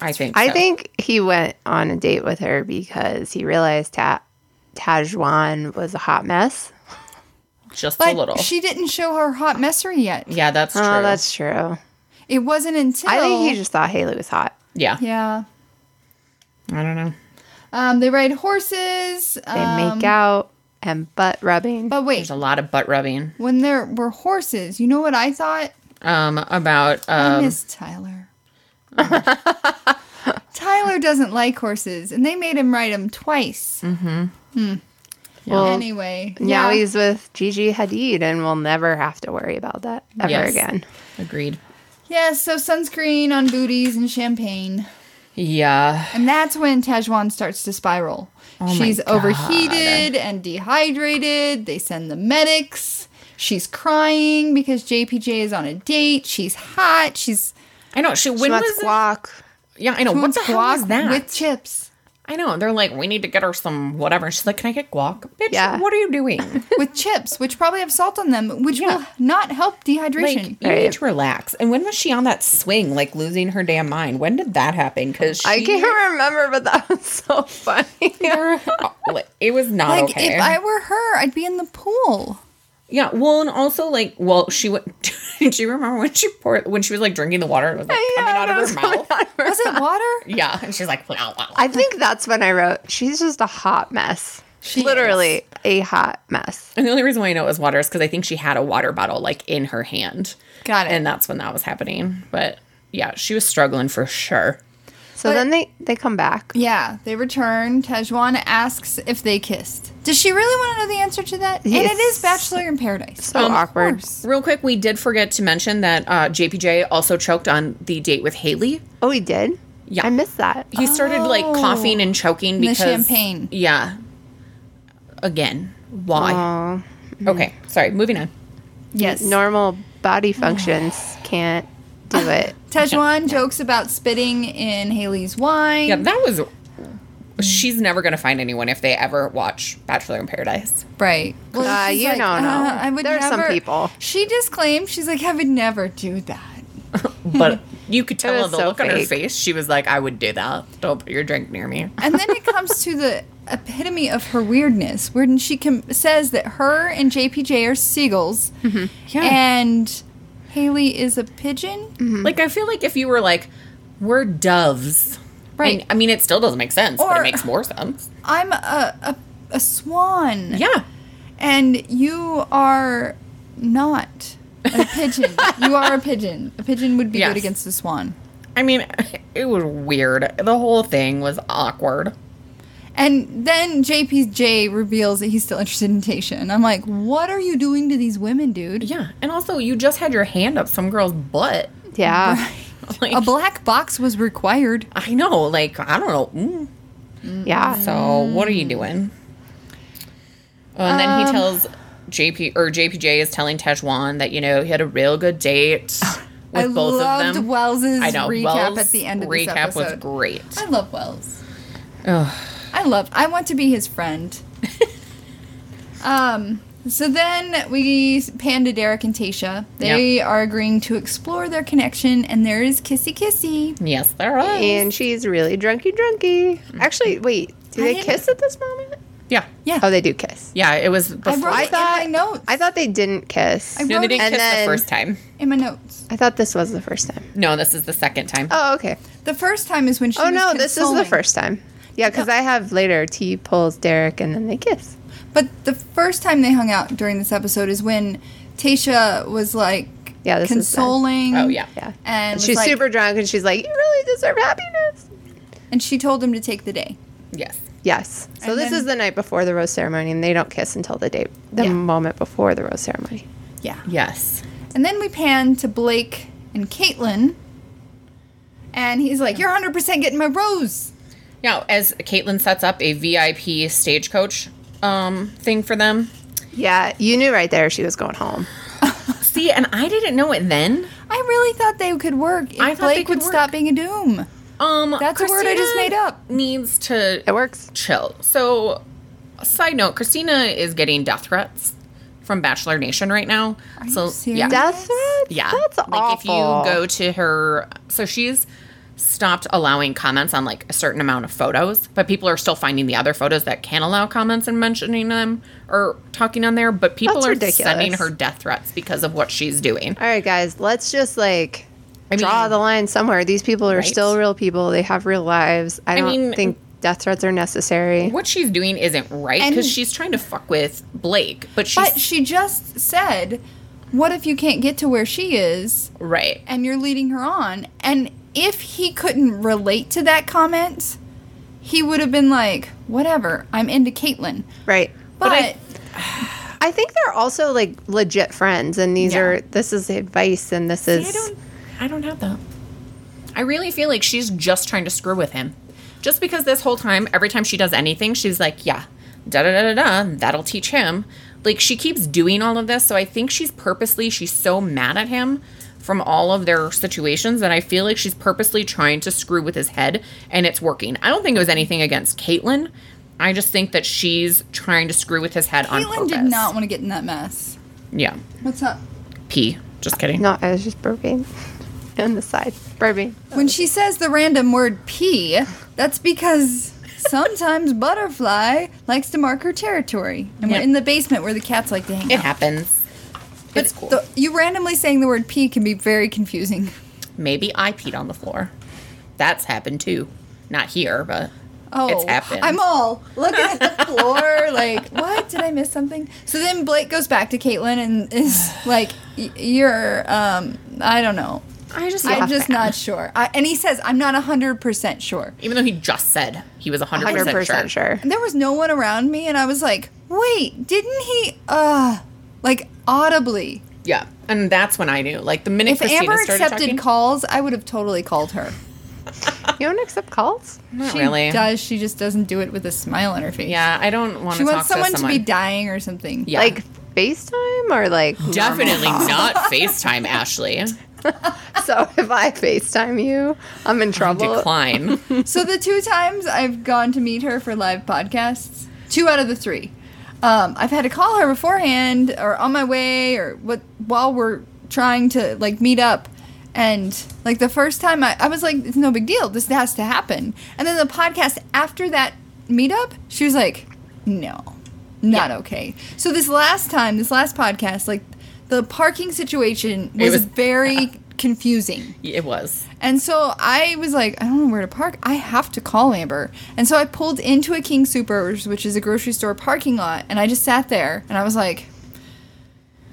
[SPEAKER 3] I think.
[SPEAKER 2] I
[SPEAKER 3] so.
[SPEAKER 2] think he went on a date with her because he realized Ta- Tajwan was a hot mess.
[SPEAKER 3] just
[SPEAKER 1] But
[SPEAKER 3] a little.
[SPEAKER 1] she didn't show her hot messery yet.
[SPEAKER 3] yeah, that's true.
[SPEAKER 2] Oh, that's true.
[SPEAKER 1] It wasn't until
[SPEAKER 2] I think he just thought Haley was hot.
[SPEAKER 3] yeah.
[SPEAKER 1] yeah.
[SPEAKER 3] I don't know.
[SPEAKER 1] Um, they ride horses.
[SPEAKER 2] They
[SPEAKER 1] um,
[SPEAKER 2] make out and butt rubbing.
[SPEAKER 1] But wait,
[SPEAKER 3] There's a lot of butt rubbing.
[SPEAKER 1] when there were horses, you know what I thought?
[SPEAKER 3] Um, about
[SPEAKER 1] I
[SPEAKER 3] um,
[SPEAKER 1] miss Tyler. Tyler doesn't like horses, and they made him ride them twice.
[SPEAKER 2] Mm-hmm. well,
[SPEAKER 1] Anyway,
[SPEAKER 2] now
[SPEAKER 1] yeah.
[SPEAKER 2] he's with Gigi Hadid, and we'll never have to worry about that ever
[SPEAKER 3] Yes.
[SPEAKER 2] again.
[SPEAKER 3] agreed.
[SPEAKER 1] yeah. So sunscreen on booties and champagne,
[SPEAKER 3] Yeah,
[SPEAKER 1] and that's when Tajwan starts to spiral.
[SPEAKER 3] Oh
[SPEAKER 1] She's overheated and dehydrated. They send the medics. She's crying because JPJ is on a date. She's hot. She's
[SPEAKER 3] I know. She when
[SPEAKER 2] She
[SPEAKER 3] was
[SPEAKER 2] wants guac.
[SPEAKER 3] it? yeah, I know. What the hell
[SPEAKER 1] Guac
[SPEAKER 3] was that?
[SPEAKER 1] with chips
[SPEAKER 3] I know. They're like, we need to get her some whatever. She's like, can I get guac? Bitch,
[SPEAKER 2] Yeah.
[SPEAKER 3] what are you doing?
[SPEAKER 1] with chips which probably have salt on them which will not help
[SPEAKER 3] Like,
[SPEAKER 1] dehydration
[SPEAKER 3] you need
[SPEAKER 2] Right.
[SPEAKER 3] to relax. And when was she on that swing, like losing her damn mind? When did that happen? Because
[SPEAKER 2] I can't remember, but that was so funny.
[SPEAKER 3] it was not
[SPEAKER 1] like
[SPEAKER 3] okay.
[SPEAKER 1] if i were her i'd be in the pool
[SPEAKER 3] yeah. Well, and also like, well, she went. do you remember when she poured when she was like drinking the water? It was like coming out of
[SPEAKER 2] that was
[SPEAKER 3] her mouth.
[SPEAKER 2] coming out of her-
[SPEAKER 1] was it water
[SPEAKER 3] Yeah, and she's like, wow, wow.
[SPEAKER 2] I think that's when I wrote, she's just a hot mess.
[SPEAKER 1] She
[SPEAKER 2] Literally a hot mess.
[SPEAKER 3] and the only reason why I know it was water is because I think she had a water bottle like in her hand.
[SPEAKER 1] Got it.
[SPEAKER 3] And that's when that was happening. But yeah, she was struggling for sure.
[SPEAKER 2] So
[SPEAKER 1] But-
[SPEAKER 2] then they, they come back.
[SPEAKER 1] yeah they return tajwan asks if they kissed does she really want to know the answer to that and it is
[SPEAKER 2] Yes.
[SPEAKER 1] bachelor in paradise
[SPEAKER 2] So awkward.
[SPEAKER 3] Um, oh, Real quick, we did forget to mention that uh, JPJ also choked on the date with Haley.
[SPEAKER 2] Oh, he did?
[SPEAKER 3] Yeah.
[SPEAKER 2] I missed that.
[SPEAKER 3] He started like
[SPEAKER 1] Oh.
[SPEAKER 3] coughing and choking
[SPEAKER 1] The
[SPEAKER 3] because
[SPEAKER 1] champagne.
[SPEAKER 3] Yeah. Again, why?
[SPEAKER 2] Oh,
[SPEAKER 3] Okay, sorry. Moving on.
[SPEAKER 1] yes
[SPEAKER 2] normal body functions can't do it.
[SPEAKER 1] Tejuan jokes about spitting in Haley's wine.
[SPEAKER 3] Yeah, that was. She's never going to find anyone if they ever watch Bachelor in Paradise.
[SPEAKER 1] Right.
[SPEAKER 2] Uh,
[SPEAKER 1] she's
[SPEAKER 2] you don't know.
[SPEAKER 1] "Uh,
[SPEAKER 2] There are some people."
[SPEAKER 1] She disclaimed. She's like, I would never do that.
[SPEAKER 3] But you could tell
[SPEAKER 2] was
[SPEAKER 3] on the
[SPEAKER 2] so
[SPEAKER 3] look on her
[SPEAKER 2] fake.
[SPEAKER 3] face, she was like, I would do that. Don't put your drink near me.
[SPEAKER 1] And then it comes to the epitome of her weirdness, when she com- says that her and JPJ are seagulls,
[SPEAKER 3] Mm-hmm. Yeah. Mm-hmm.
[SPEAKER 1] and Haley is a pigeon.
[SPEAKER 3] Like, I feel like if you were like, we're doves.
[SPEAKER 1] Right.
[SPEAKER 3] And, I mean, it still doesn't make sense, but
[SPEAKER 1] Or-
[SPEAKER 3] it makes more sense.
[SPEAKER 1] I'm a, a a swan.
[SPEAKER 3] Yeah.
[SPEAKER 1] And you are not a pigeon. you are a pigeon. A pigeon would be
[SPEAKER 3] Yes.
[SPEAKER 1] good against a swan.
[SPEAKER 3] I mean, it was weird. The whole thing was awkward.
[SPEAKER 1] And then JPJ reveals that he's still interested in Tasha. And I'm like, what are you doing to these women, dude?
[SPEAKER 3] Yeah. And also, you just had your hand up some girl's butt.
[SPEAKER 2] Yeah.
[SPEAKER 3] Like,
[SPEAKER 1] A black box was required.
[SPEAKER 3] I know. Like, I don't know. Mm.
[SPEAKER 2] Yeah.
[SPEAKER 3] Mm-hmm. So what are
[SPEAKER 1] Mm.
[SPEAKER 3] you doing? Oh, and then
[SPEAKER 1] Um,
[SPEAKER 3] he tells JP or JPJ is telling Tejuan that you know he had a real good date with
[SPEAKER 1] I
[SPEAKER 3] both
[SPEAKER 1] loved
[SPEAKER 3] of them.
[SPEAKER 1] Wells's
[SPEAKER 3] I know
[SPEAKER 1] recap
[SPEAKER 3] Wells'
[SPEAKER 1] at the end of this
[SPEAKER 3] recap was
[SPEAKER 1] episode.
[SPEAKER 3] great.
[SPEAKER 1] I love Wells.
[SPEAKER 3] Ugh.
[SPEAKER 1] I love. I want to be his friend. um. So then we pan to Derek and Tasha. They are agreeing to explore their connection, and there is kissy kissy.
[SPEAKER 3] Yes, there is.
[SPEAKER 2] And she's really drunky, drunky. Actually, wait. Do
[SPEAKER 1] I
[SPEAKER 2] they
[SPEAKER 1] didn't-
[SPEAKER 2] kiss at this moment?
[SPEAKER 3] yeah,
[SPEAKER 1] Yeah,
[SPEAKER 2] Oh, they do kiss.
[SPEAKER 3] yeah. It was before.
[SPEAKER 1] I wrote it in my notes.
[SPEAKER 2] I thought they didn't kiss.
[SPEAKER 1] I-
[SPEAKER 3] no, they didn't
[SPEAKER 2] And
[SPEAKER 3] kiss
[SPEAKER 2] then-
[SPEAKER 3] the first time.
[SPEAKER 1] in my notes.
[SPEAKER 2] I thought this was the first time.
[SPEAKER 3] No, this is the second time.
[SPEAKER 2] Oh, okay.
[SPEAKER 1] The first time is when she.
[SPEAKER 2] Oh
[SPEAKER 1] was
[SPEAKER 2] no, this is the
[SPEAKER 1] consoling.
[SPEAKER 2] first time. Yeah, because I have later T pulls Derek and then they kiss.
[SPEAKER 1] But the first time they hung out during this episode is when Tasha was like
[SPEAKER 2] Yeah, this is then.
[SPEAKER 1] consoling.
[SPEAKER 3] Oh, yeah.
[SPEAKER 2] Yeah.
[SPEAKER 1] And was
[SPEAKER 2] she's
[SPEAKER 1] like-
[SPEAKER 2] super drunk and she's like, You really deserve happiness.
[SPEAKER 1] And she told him to take the day.
[SPEAKER 3] Yes.
[SPEAKER 2] Yes. So
[SPEAKER 1] And
[SPEAKER 2] this
[SPEAKER 1] then-
[SPEAKER 2] is the night before the rose ceremony and they don't kiss until the day the
[SPEAKER 1] Yeah.
[SPEAKER 2] moment before the rose ceremony.
[SPEAKER 1] Yeah.
[SPEAKER 3] Yes.
[SPEAKER 1] And then we pan to Blake and Caitlin. And he's like, You're 100% getting my rose.
[SPEAKER 3] Now, as Caitlin sets up a VIP stagecoach um, thing for them.
[SPEAKER 2] Yeah, you knew right there she was going home.
[SPEAKER 3] See, and I didn't know it then.
[SPEAKER 1] I really thought they could work. If
[SPEAKER 3] I thought they
[SPEAKER 1] Blake
[SPEAKER 3] could
[SPEAKER 1] would
[SPEAKER 3] work.
[SPEAKER 1] stop being a doom.
[SPEAKER 3] Um,
[SPEAKER 1] That's a word I just made up.
[SPEAKER 3] Needs to
[SPEAKER 2] It works.
[SPEAKER 3] chill. So, side note: Christina is getting death threats from Bachelor Nation right now.
[SPEAKER 1] Are
[SPEAKER 3] so,
[SPEAKER 1] you serious?
[SPEAKER 3] yeah,
[SPEAKER 2] Death threats?
[SPEAKER 3] yeah,
[SPEAKER 2] That's
[SPEAKER 3] like
[SPEAKER 2] awful.
[SPEAKER 3] if you go to her, so she's stopped allowing comments on like a certain amount of photos, but people are still finding the other photos that can allow comments and mentioning them or talking on there. But people
[SPEAKER 2] That's
[SPEAKER 3] are
[SPEAKER 2] ridiculous.
[SPEAKER 3] sending her death threats because of what she's doing.
[SPEAKER 2] All right, guys, let's just like
[SPEAKER 3] I
[SPEAKER 2] draw
[SPEAKER 3] mean-
[SPEAKER 2] the line somewhere. These people are
[SPEAKER 3] Right.
[SPEAKER 2] still real people. They have real lives. I, don't
[SPEAKER 3] mean-
[SPEAKER 2] think death threats are necessary.
[SPEAKER 3] What she's doing isn't right
[SPEAKER 1] And-
[SPEAKER 3] because she's trying to fuck with Blake, but she's
[SPEAKER 1] But she just said, What if you can't get to where she is
[SPEAKER 3] right.
[SPEAKER 1] and you're leading her on? And if he couldn't relate to that comment, he would have been like, Whatever, I'm into Caitlin.
[SPEAKER 2] Right.
[SPEAKER 1] But,
[SPEAKER 3] I-
[SPEAKER 2] I think they're also like legit friends, and these
[SPEAKER 3] Yeah.
[SPEAKER 2] are this is advice, and this
[SPEAKER 3] I
[SPEAKER 2] is
[SPEAKER 3] don't I don't have that. I really feel like she's just trying to screw with him. Just because this whole time, every time she does anything, she's like, yeah, da da da da da, that'll teach him. Like she keeps doing all of this, so I think she's purposely she's so mad at him from all of their situations that I feel like she's purposely trying to screw with his head and it's working. I don't think it was anything against Caitlyn. I just think that she's trying to screw with his head on
[SPEAKER 1] Caitlin
[SPEAKER 3] purpose.
[SPEAKER 1] did not want to get in that mess.
[SPEAKER 3] Yeah.
[SPEAKER 1] What's up?
[SPEAKER 3] P. Just kidding.
[SPEAKER 2] no. I was just burping on the side, burping.
[SPEAKER 1] When she says the random word pee, that's because sometimes butterfly likes to mark her territory. And we're
[SPEAKER 3] Yeah.
[SPEAKER 1] in the basement where the cats like to hang
[SPEAKER 3] It
[SPEAKER 1] out.
[SPEAKER 3] happens. it's cool.
[SPEAKER 1] The- you randomly saying the word pee can be very confusing.
[SPEAKER 3] Maybe I peed on the floor. That's happened too. Not here, but
[SPEAKER 1] Oh,
[SPEAKER 3] it's happened.
[SPEAKER 1] I'm all looking at the floor, like, what? Did I miss something? So then Blake goes back to Caitlin and is like, "Y- "You're, um, I don't know.
[SPEAKER 3] I just,
[SPEAKER 1] I'm just not sure." I, and he says, "I'm not hundred percent sure."
[SPEAKER 3] even though he just said he was 100%,
[SPEAKER 2] Hundred
[SPEAKER 3] sure.
[SPEAKER 2] percent sure.
[SPEAKER 1] And there was no one around me, and I was like, wait, didn't he, uh, like audibly?
[SPEAKER 3] Yeah. And that's when I knew. Like the minute
[SPEAKER 1] If
[SPEAKER 3] Christina
[SPEAKER 1] Amber
[SPEAKER 3] started
[SPEAKER 1] accepted
[SPEAKER 3] talking,
[SPEAKER 1] calls, I would have totally called her.
[SPEAKER 2] You don't accept calls.
[SPEAKER 3] not
[SPEAKER 1] she
[SPEAKER 3] really.
[SPEAKER 1] does. She just doesn't do it with a smile on her face.
[SPEAKER 3] Yeah, I don't want
[SPEAKER 1] She
[SPEAKER 3] to talk
[SPEAKER 1] wants someone
[SPEAKER 3] to
[SPEAKER 1] to,
[SPEAKER 3] someone.
[SPEAKER 1] be dying or something.
[SPEAKER 3] yeah.
[SPEAKER 2] Like FaceTime or like normal
[SPEAKER 3] definitely
[SPEAKER 2] call?
[SPEAKER 3] not FaceTime Ashley.
[SPEAKER 2] so if I FaceTime you, I'm in trouble.
[SPEAKER 3] Decline.
[SPEAKER 1] So the two times I've gone to meet her for live podcasts, two out of the three, um, I've had to call her beforehand or on my way or what while we're trying to like meet up. And like the first time I, I was like, it's no big deal. This has to happen. And then the podcast after that meetup, she was like, no, not okay. So this last time, this last podcast, like the parking situation was,
[SPEAKER 3] was-
[SPEAKER 1] very confusing.
[SPEAKER 3] it was.
[SPEAKER 1] And so I was like, I don't know where to park. I have to call Amber. And so I pulled into a King Supers, which is a grocery store parking lot, and I just sat there and I was like,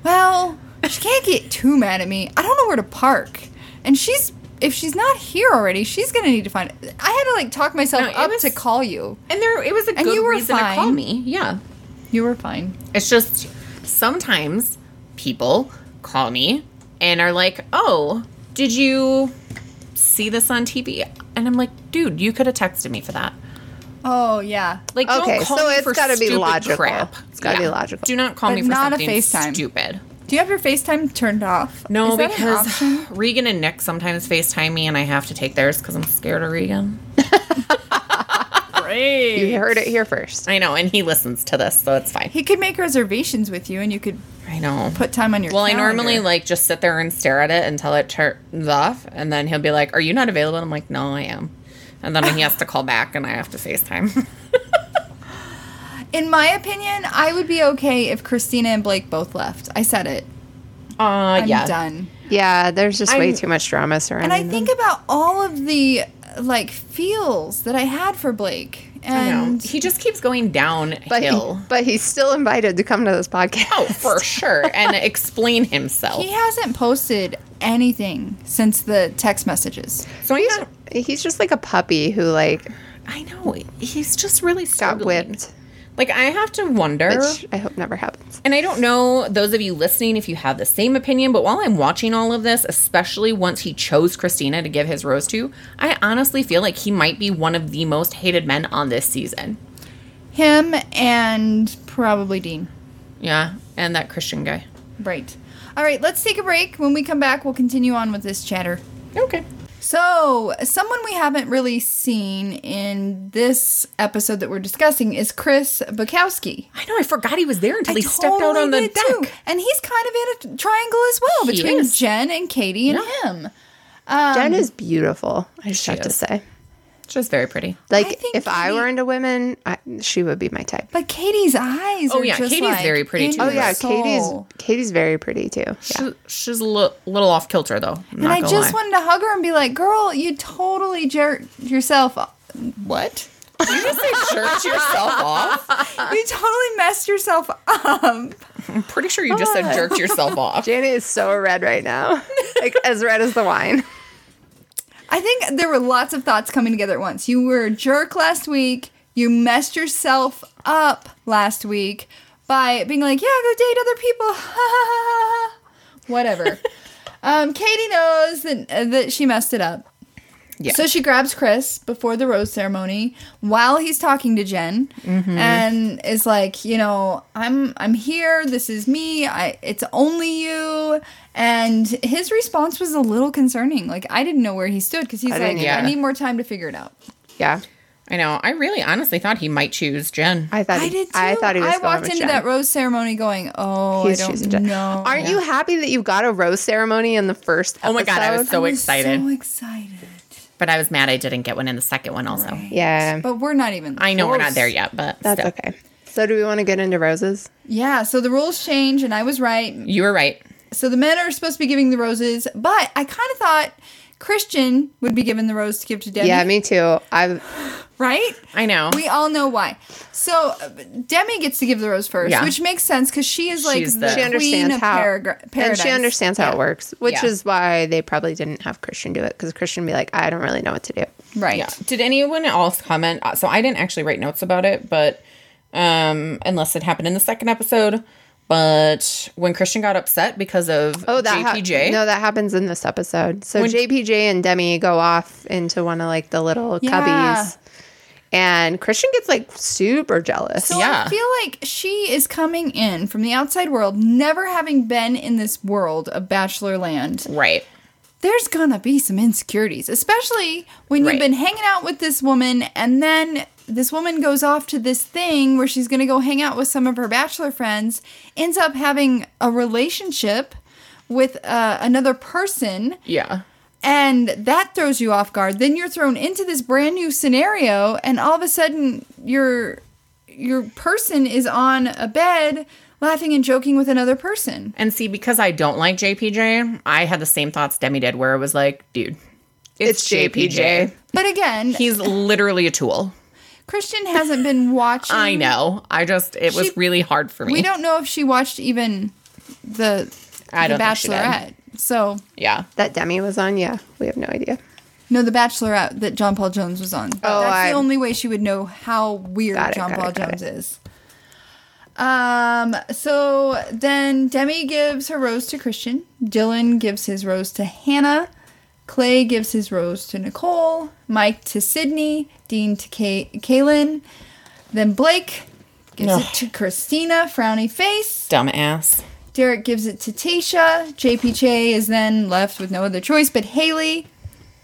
[SPEAKER 1] well, she can't get too mad at me. I don't know where to park. And she's if she's not here already, she's going to need to find I had to like talk myself
[SPEAKER 3] No, it
[SPEAKER 1] up
[SPEAKER 3] was-
[SPEAKER 1] to call you.
[SPEAKER 3] And there, it was a
[SPEAKER 1] And
[SPEAKER 3] good
[SPEAKER 1] you were
[SPEAKER 3] reason to call
[SPEAKER 1] fine.
[SPEAKER 3] me. Yeah.
[SPEAKER 1] You were fine.
[SPEAKER 3] It's just sometimes people call me and are like, "Oh, did you see this on TV?" And I'm like, "Dude, you could have texted me for that."
[SPEAKER 1] Oh, yeah.
[SPEAKER 3] Like,
[SPEAKER 2] Okay,
[SPEAKER 3] don't call
[SPEAKER 2] so
[SPEAKER 3] me
[SPEAKER 2] it's
[SPEAKER 3] for
[SPEAKER 2] gotta be
[SPEAKER 3] stupid
[SPEAKER 2] logical.
[SPEAKER 3] Crap.
[SPEAKER 2] It's gotta be logical.
[SPEAKER 3] Do not call
[SPEAKER 1] But
[SPEAKER 3] me for
[SPEAKER 1] not a
[SPEAKER 3] something
[SPEAKER 1] FaceTime.
[SPEAKER 3] stupid.
[SPEAKER 1] Do you have your FaceTime turned off?
[SPEAKER 3] No,
[SPEAKER 1] Is that an
[SPEAKER 3] because
[SPEAKER 1] option?
[SPEAKER 3] Regan and Nick sometimes FaceTime me, and I have to take theirs because I'm scared of Regan.
[SPEAKER 2] You heard it here first.
[SPEAKER 3] I know, and he listens to this, so it's fine.
[SPEAKER 1] he could make reservations with you and you could
[SPEAKER 3] I know.
[SPEAKER 1] put time on your
[SPEAKER 3] well, I
[SPEAKER 1] calendar.
[SPEAKER 3] normally like just sit there and stare at it until it turns off, and then he'll be like, "Are you not available?" And I'm like, "No, I am." And then he has to call back, and I have to FaceTime.
[SPEAKER 1] In my opinion, I would be okay if Christina and Blake both left. I said it.
[SPEAKER 3] Uh,
[SPEAKER 1] I'm
[SPEAKER 3] yeah.
[SPEAKER 1] done.
[SPEAKER 2] Yeah, there's just way
[SPEAKER 3] I'm-
[SPEAKER 2] too much drama surrounding.
[SPEAKER 1] And I think
[SPEAKER 3] uh,
[SPEAKER 1] about all of the like feels that I had for Blake.
[SPEAKER 3] I know.
[SPEAKER 1] And
[SPEAKER 3] He just keeps going downhill.
[SPEAKER 2] but he, but he's still invited to come to this podcast.
[SPEAKER 3] oh, for sure, and explain himself.
[SPEAKER 1] he hasn't posted anything since the text messages.
[SPEAKER 3] So he's,
[SPEAKER 2] He's just like a puppy who like
[SPEAKER 3] I know he's just really
[SPEAKER 2] got
[SPEAKER 3] struggling.
[SPEAKER 2] whipped,
[SPEAKER 3] Like I have to wonder.
[SPEAKER 2] which I hope never happens.
[SPEAKER 3] And I don't know those of you listening if you have the same opinion, but while I'm watching all of this, especially once he chose Christina to give his rose to, I honestly feel like he might be one of the most hated men on this season.
[SPEAKER 1] Him and probably Dean.
[SPEAKER 3] Yeah, and that Christian guy.
[SPEAKER 1] Right. All right, let's take a break. When we come back, we'll continue on with this chatter.
[SPEAKER 3] Okay.
[SPEAKER 1] So, someone we haven't really seen in this episode that we're discussing is Chris Bukowski.
[SPEAKER 3] I know I forgot he was there until
[SPEAKER 1] I
[SPEAKER 3] he stepped out
[SPEAKER 1] totally
[SPEAKER 3] on the
[SPEAKER 1] did
[SPEAKER 3] deck.
[SPEAKER 1] too. And he's kind of in a triangle as well
[SPEAKER 3] He
[SPEAKER 1] between
[SPEAKER 3] is.
[SPEAKER 1] Jen and Katie and him.
[SPEAKER 2] Jen is beautiful. I just have to
[SPEAKER 3] is.
[SPEAKER 2] say,
[SPEAKER 3] Just very pretty.
[SPEAKER 2] like
[SPEAKER 1] think
[SPEAKER 2] if I
[SPEAKER 1] he-
[SPEAKER 2] were into women, I, she would be my type.
[SPEAKER 1] But Katie's eyes
[SPEAKER 3] Oh,
[SPEAKER 1] are
[SPEAKER 3] yeah,
[SPEAKER 1] just
[SPEAKER 3] Katie's
[SPEAKER 1] like
[SPEAKER 3] very pretty,
[SPEAKER 1] in
[SPEAKER 3] too.
[SPEAKER 1] your
[SPEAKER 2] Oh yeah,
[SPEAKER 1] soul.
[SPEAKER 2] Katie's Katie's very pretty too. Yeah.
[SPEAKER 3] She, she's a li- little off kilter though. I'm
[SPEAKER 1] And
[SPEAKER 3] not
[SPEAKER 1] I
[SPEAKER 3] gonna
[SPEAKER 1] just
[SPEAKER 3] lie.
[SPEAKER 1] wanted to hug her and be like, "Girl, you totally jerked yourself. Off. What?
[SPEAKER 3] Did you just say jerked yourself off.
[SPEAKER 1] you totally messed yourself up."
[SPEAKER 3] I'm pretty sure you just said jerked yourself off.
[SPEAKER 2] Janet is so red right now, like as red as the wine.
[SPEAKER 1] I think there were lots of thoughts coming together at once. You were a jerk last week. You messed yourself up last week by being like, yeah, go date other people. Whatever. um, Katie knows that, uh, that she messed it up.
[SPEAKER 3] Yeah.
[SPEAKER 1] So she grabs Chris before the rose ceremony while he's talking to Jen
[SPEAKER 2] Mm-hmm.
[SPEAKER 1] and is like, you know, I'm I'm here, this is me, I it's only you. And his response was a little concerning. Like I didn't know where he stood because he's
[SPEAKER 2] I
[SPEAKER 1] like,
[SPEAKER 2] didn't
[SPEAKER 1] I
[SPEAKER 3] either.
[SPEAKER 1] need more time to figure it out.
[SPEAKER 2] Yeah,
[SPEAKER 3] I know. I really honestly thought he might choose Jen.
[SPEAKER 2] I thought
[SPEAKER 1] I
[SPEAKER 2] he,
[SPEAKER 1] did too.
[SPEAKER 2] I thought he was.
[SPEAKER 1] I walked into that
[SPEAKER 2] room.
[SPEAKER 1] rose ceremony going, Oh, I don't know.
[SPEAKER 2] Aren't you happy that you got a rose ceremony in the first? Episode?
[SPEAKER 3] Oh my God, I was
[SPEAKER 1] I
[SPEAKER 3] so
[SPEAKER 1] was
[SPEAKER 3] excited.
[SPEAKER 1] So excited.
[SPEAKER 3] But I was mad I didn't get one in the second one also.
[SPEAKER 2] Yeah,
[SPEAKER 1] But we're not even
[SPEAKER 3] I know we're not
[SPEAKER 1] close.
[SPEAKER 3] there yet, but
[SPEAKER 2] that's
[SPEAKER 3] still.
[SPEAKER 2] okay. So do we want to get into roses?
[SPEAKER 1] Yeah, so the rules change and I was right.
[SPEAKER 3] You were right.
[SPEAKER 1] So the men are supposed to be giving the roses, but I kind of thought Christian would be given the rose to give to Demi,
[SPEAKER 2] Yeah, me too. I've
[SPEAKER 1] right?
[SPEAKER 3] I know.
[SPEAKER 1] We all know why. So uh, Demi gets to give the rose first,
[SPEAKER 3] Yeah.
[SPEAKER 1] which makes sense because she is like
[SPEAKER 3] She's
[SPEAKER 1] the,
[SPEAKER 3] the-
[SPEAKER 2] she
[SPEAKER 1] queen
[SPEAKER 2] understands
[SPEAKER 1] of
[SPEAKER 2] how
[SPEAKER 1] paragra-
[SPEAKER 2] and
[SPEAKER 1] paradise.
[SPEAKER 2] she understands how it works, which
[SPEAKER 3] Yeah.
[SPEAKER 2] is why they probably didn't have Christian do it because Christian would be like, I don't really know what to do.
[SPEAKER 1] right?
[SPEAKER 3] yeah. Did anyone else comment? Uh, So I didn't actually write notes about it, but um, unless it happened in the second episode. But when Christian got upset because of
[SPEAKER 2] Oh, that ha-
[SPEAKER 3] JPJ,
[SPEAKER 2] no, that happens in this episode. So JPJ and Demi go off into one of like the little
[SPEAKER 1] Yeah.
[SPEAKER 2] cubbies, and Christian gets like super jealous.
[SPEAKER 1] So I
[SPEAKER 3] Yeah.
[SPEAKER 1] feel like she is coming in from the outside world, never having been in this world of Bachelor Land,
[SPEAKER 3] right?
[SPEAKER 1] there's gonna be some insecurities, especially when
[SPEAKER 3] Right.
[SPEAKER 1] you've been hanging out with this woman and then this woman goes off to this thing where she's gonna go hang out with some of her bachelor friends, ends up having a relationship with uh, another person
[SPEAKER 3] Yeah.
[SPEAKER 1] and that throws you off guard then you're thrown into this brand new scenario and all of a sudden your your person is on a bed laughing and joking with another person
[SPEAKER 3] And see, because I don't like JPJ, I had the same thoughts Demi did, where it was like, dude, it's,
[SPEAKER 2] It's
[SPEAKER 3] JPJ.
[SPEAKER 2] JPJ.
[SPEAKER 1] but again
[SPEAKER 3] He's literally a tool.
[SPEAKER 1] christian hasn't been watching
[SPEAKER 2] Mm.
[SPEAKER 3] I know. I just, it was
[SPEAKER 1] She-
[SPEAKER 3] really hard for me.
[SPEAKER 1] we don't know if she watched even the,
[SPEAKER 3] I
[SPEAKER 1] the
[SPEAKER 3] don't think she did.
[SPEAKER 1] bachelorette so
[SPEAKER 3] Yeah.
[SPEAKER 2] That Demi was on, yeah. We have no idea.
[SPEAKER 1] no the bachelorette that john paul jones was on
[SPEAKER 2] Oh,
[SPEAKER 1] that's
[SPEAKER 2] I-
[SPEAKER 1] the only way she would know how weird
[SPEAKER 2] Got it,
[SPEAKER 1] john
[SPEAKER 2] got it,
[SPEAKER 1] paul
[SPEAKER 2] got
[SPEAKER 1] jones is Um, so then Demi gives her rose to Christian. Dylan gives his rose to Hannah. Clay gives his rose to Nicole. Mike to Sydney. Dean to Kay- Kaylin. Then Blake gives
[SPEAKER 3] No.
[SPEAKER 1] it to Christina, frowny face.
[SPEAKER 3] Dumbass.
[SPEAKER 1] Derek gives it to Tasha. JPJ is then left with no other choice but Haley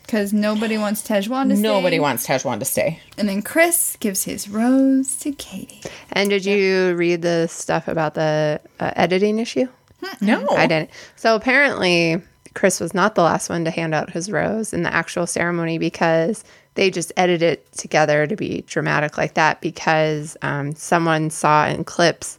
[SPEAKER 1] because nobody wants Tajwan to stay.
[SPEAKER 3] Nobody wants Tajwan to stay.
[SPEAKER 1] And then Chris gives his rose to Katie.
[SPEAKER 2] And did you read the stuff about the uh, editing issue?
[SPEAKER 3] No.
[SPEAKER 2] I didn't. So apparently, Chris was not the last one to hand out his rose in the actual ceremony because they just edited it together to be dramatic like that. Because um, someone saw in clips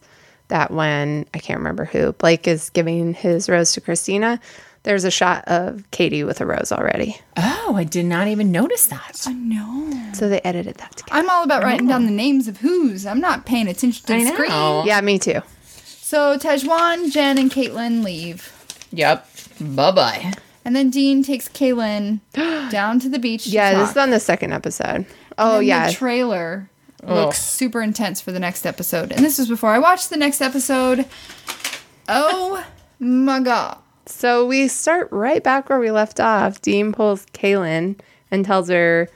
[SPEAKER 2] that when I can't remember who Blake is giving his rose to Christina, there's a shot of Katie with a rose already.
[SPEAKER 3] Oh, I did not even notice that.
[SPEAKER 1] No.
[SPEAKER 2] So they edited that together.
[SPEAKER 1] I'm all about writing down the names of who's. I'm not paying attention to
[SPEAKER 3] I
[SPEAKER 1] the
[SPEAKER 3] know.
[SPEAKER 1] screen.
[SPEAKER 2] Yeah, me too.
[SPEAKER 1] So Tajwan, Jen, and Caitlin leave.
[SPEAKER 3] Yep. Bye bye.
[SPEAKER 1] And then Dean takes Kaylin down to the beach. to
[SPEAKER 2] Yeah, this is
[SPEAKER 1] talk.
[SPEAKER 2] on the second episode. Oh
[SPEAKER 1] And
[SPEAKER 2] yeah,
[SPEAKER 1] The trailer looks super intense for the next episode. And this was before I watched the next episode. Oh my god.
[SPEAKER 2] So we start right back where we left off. Dean pulls Kaylin and tells her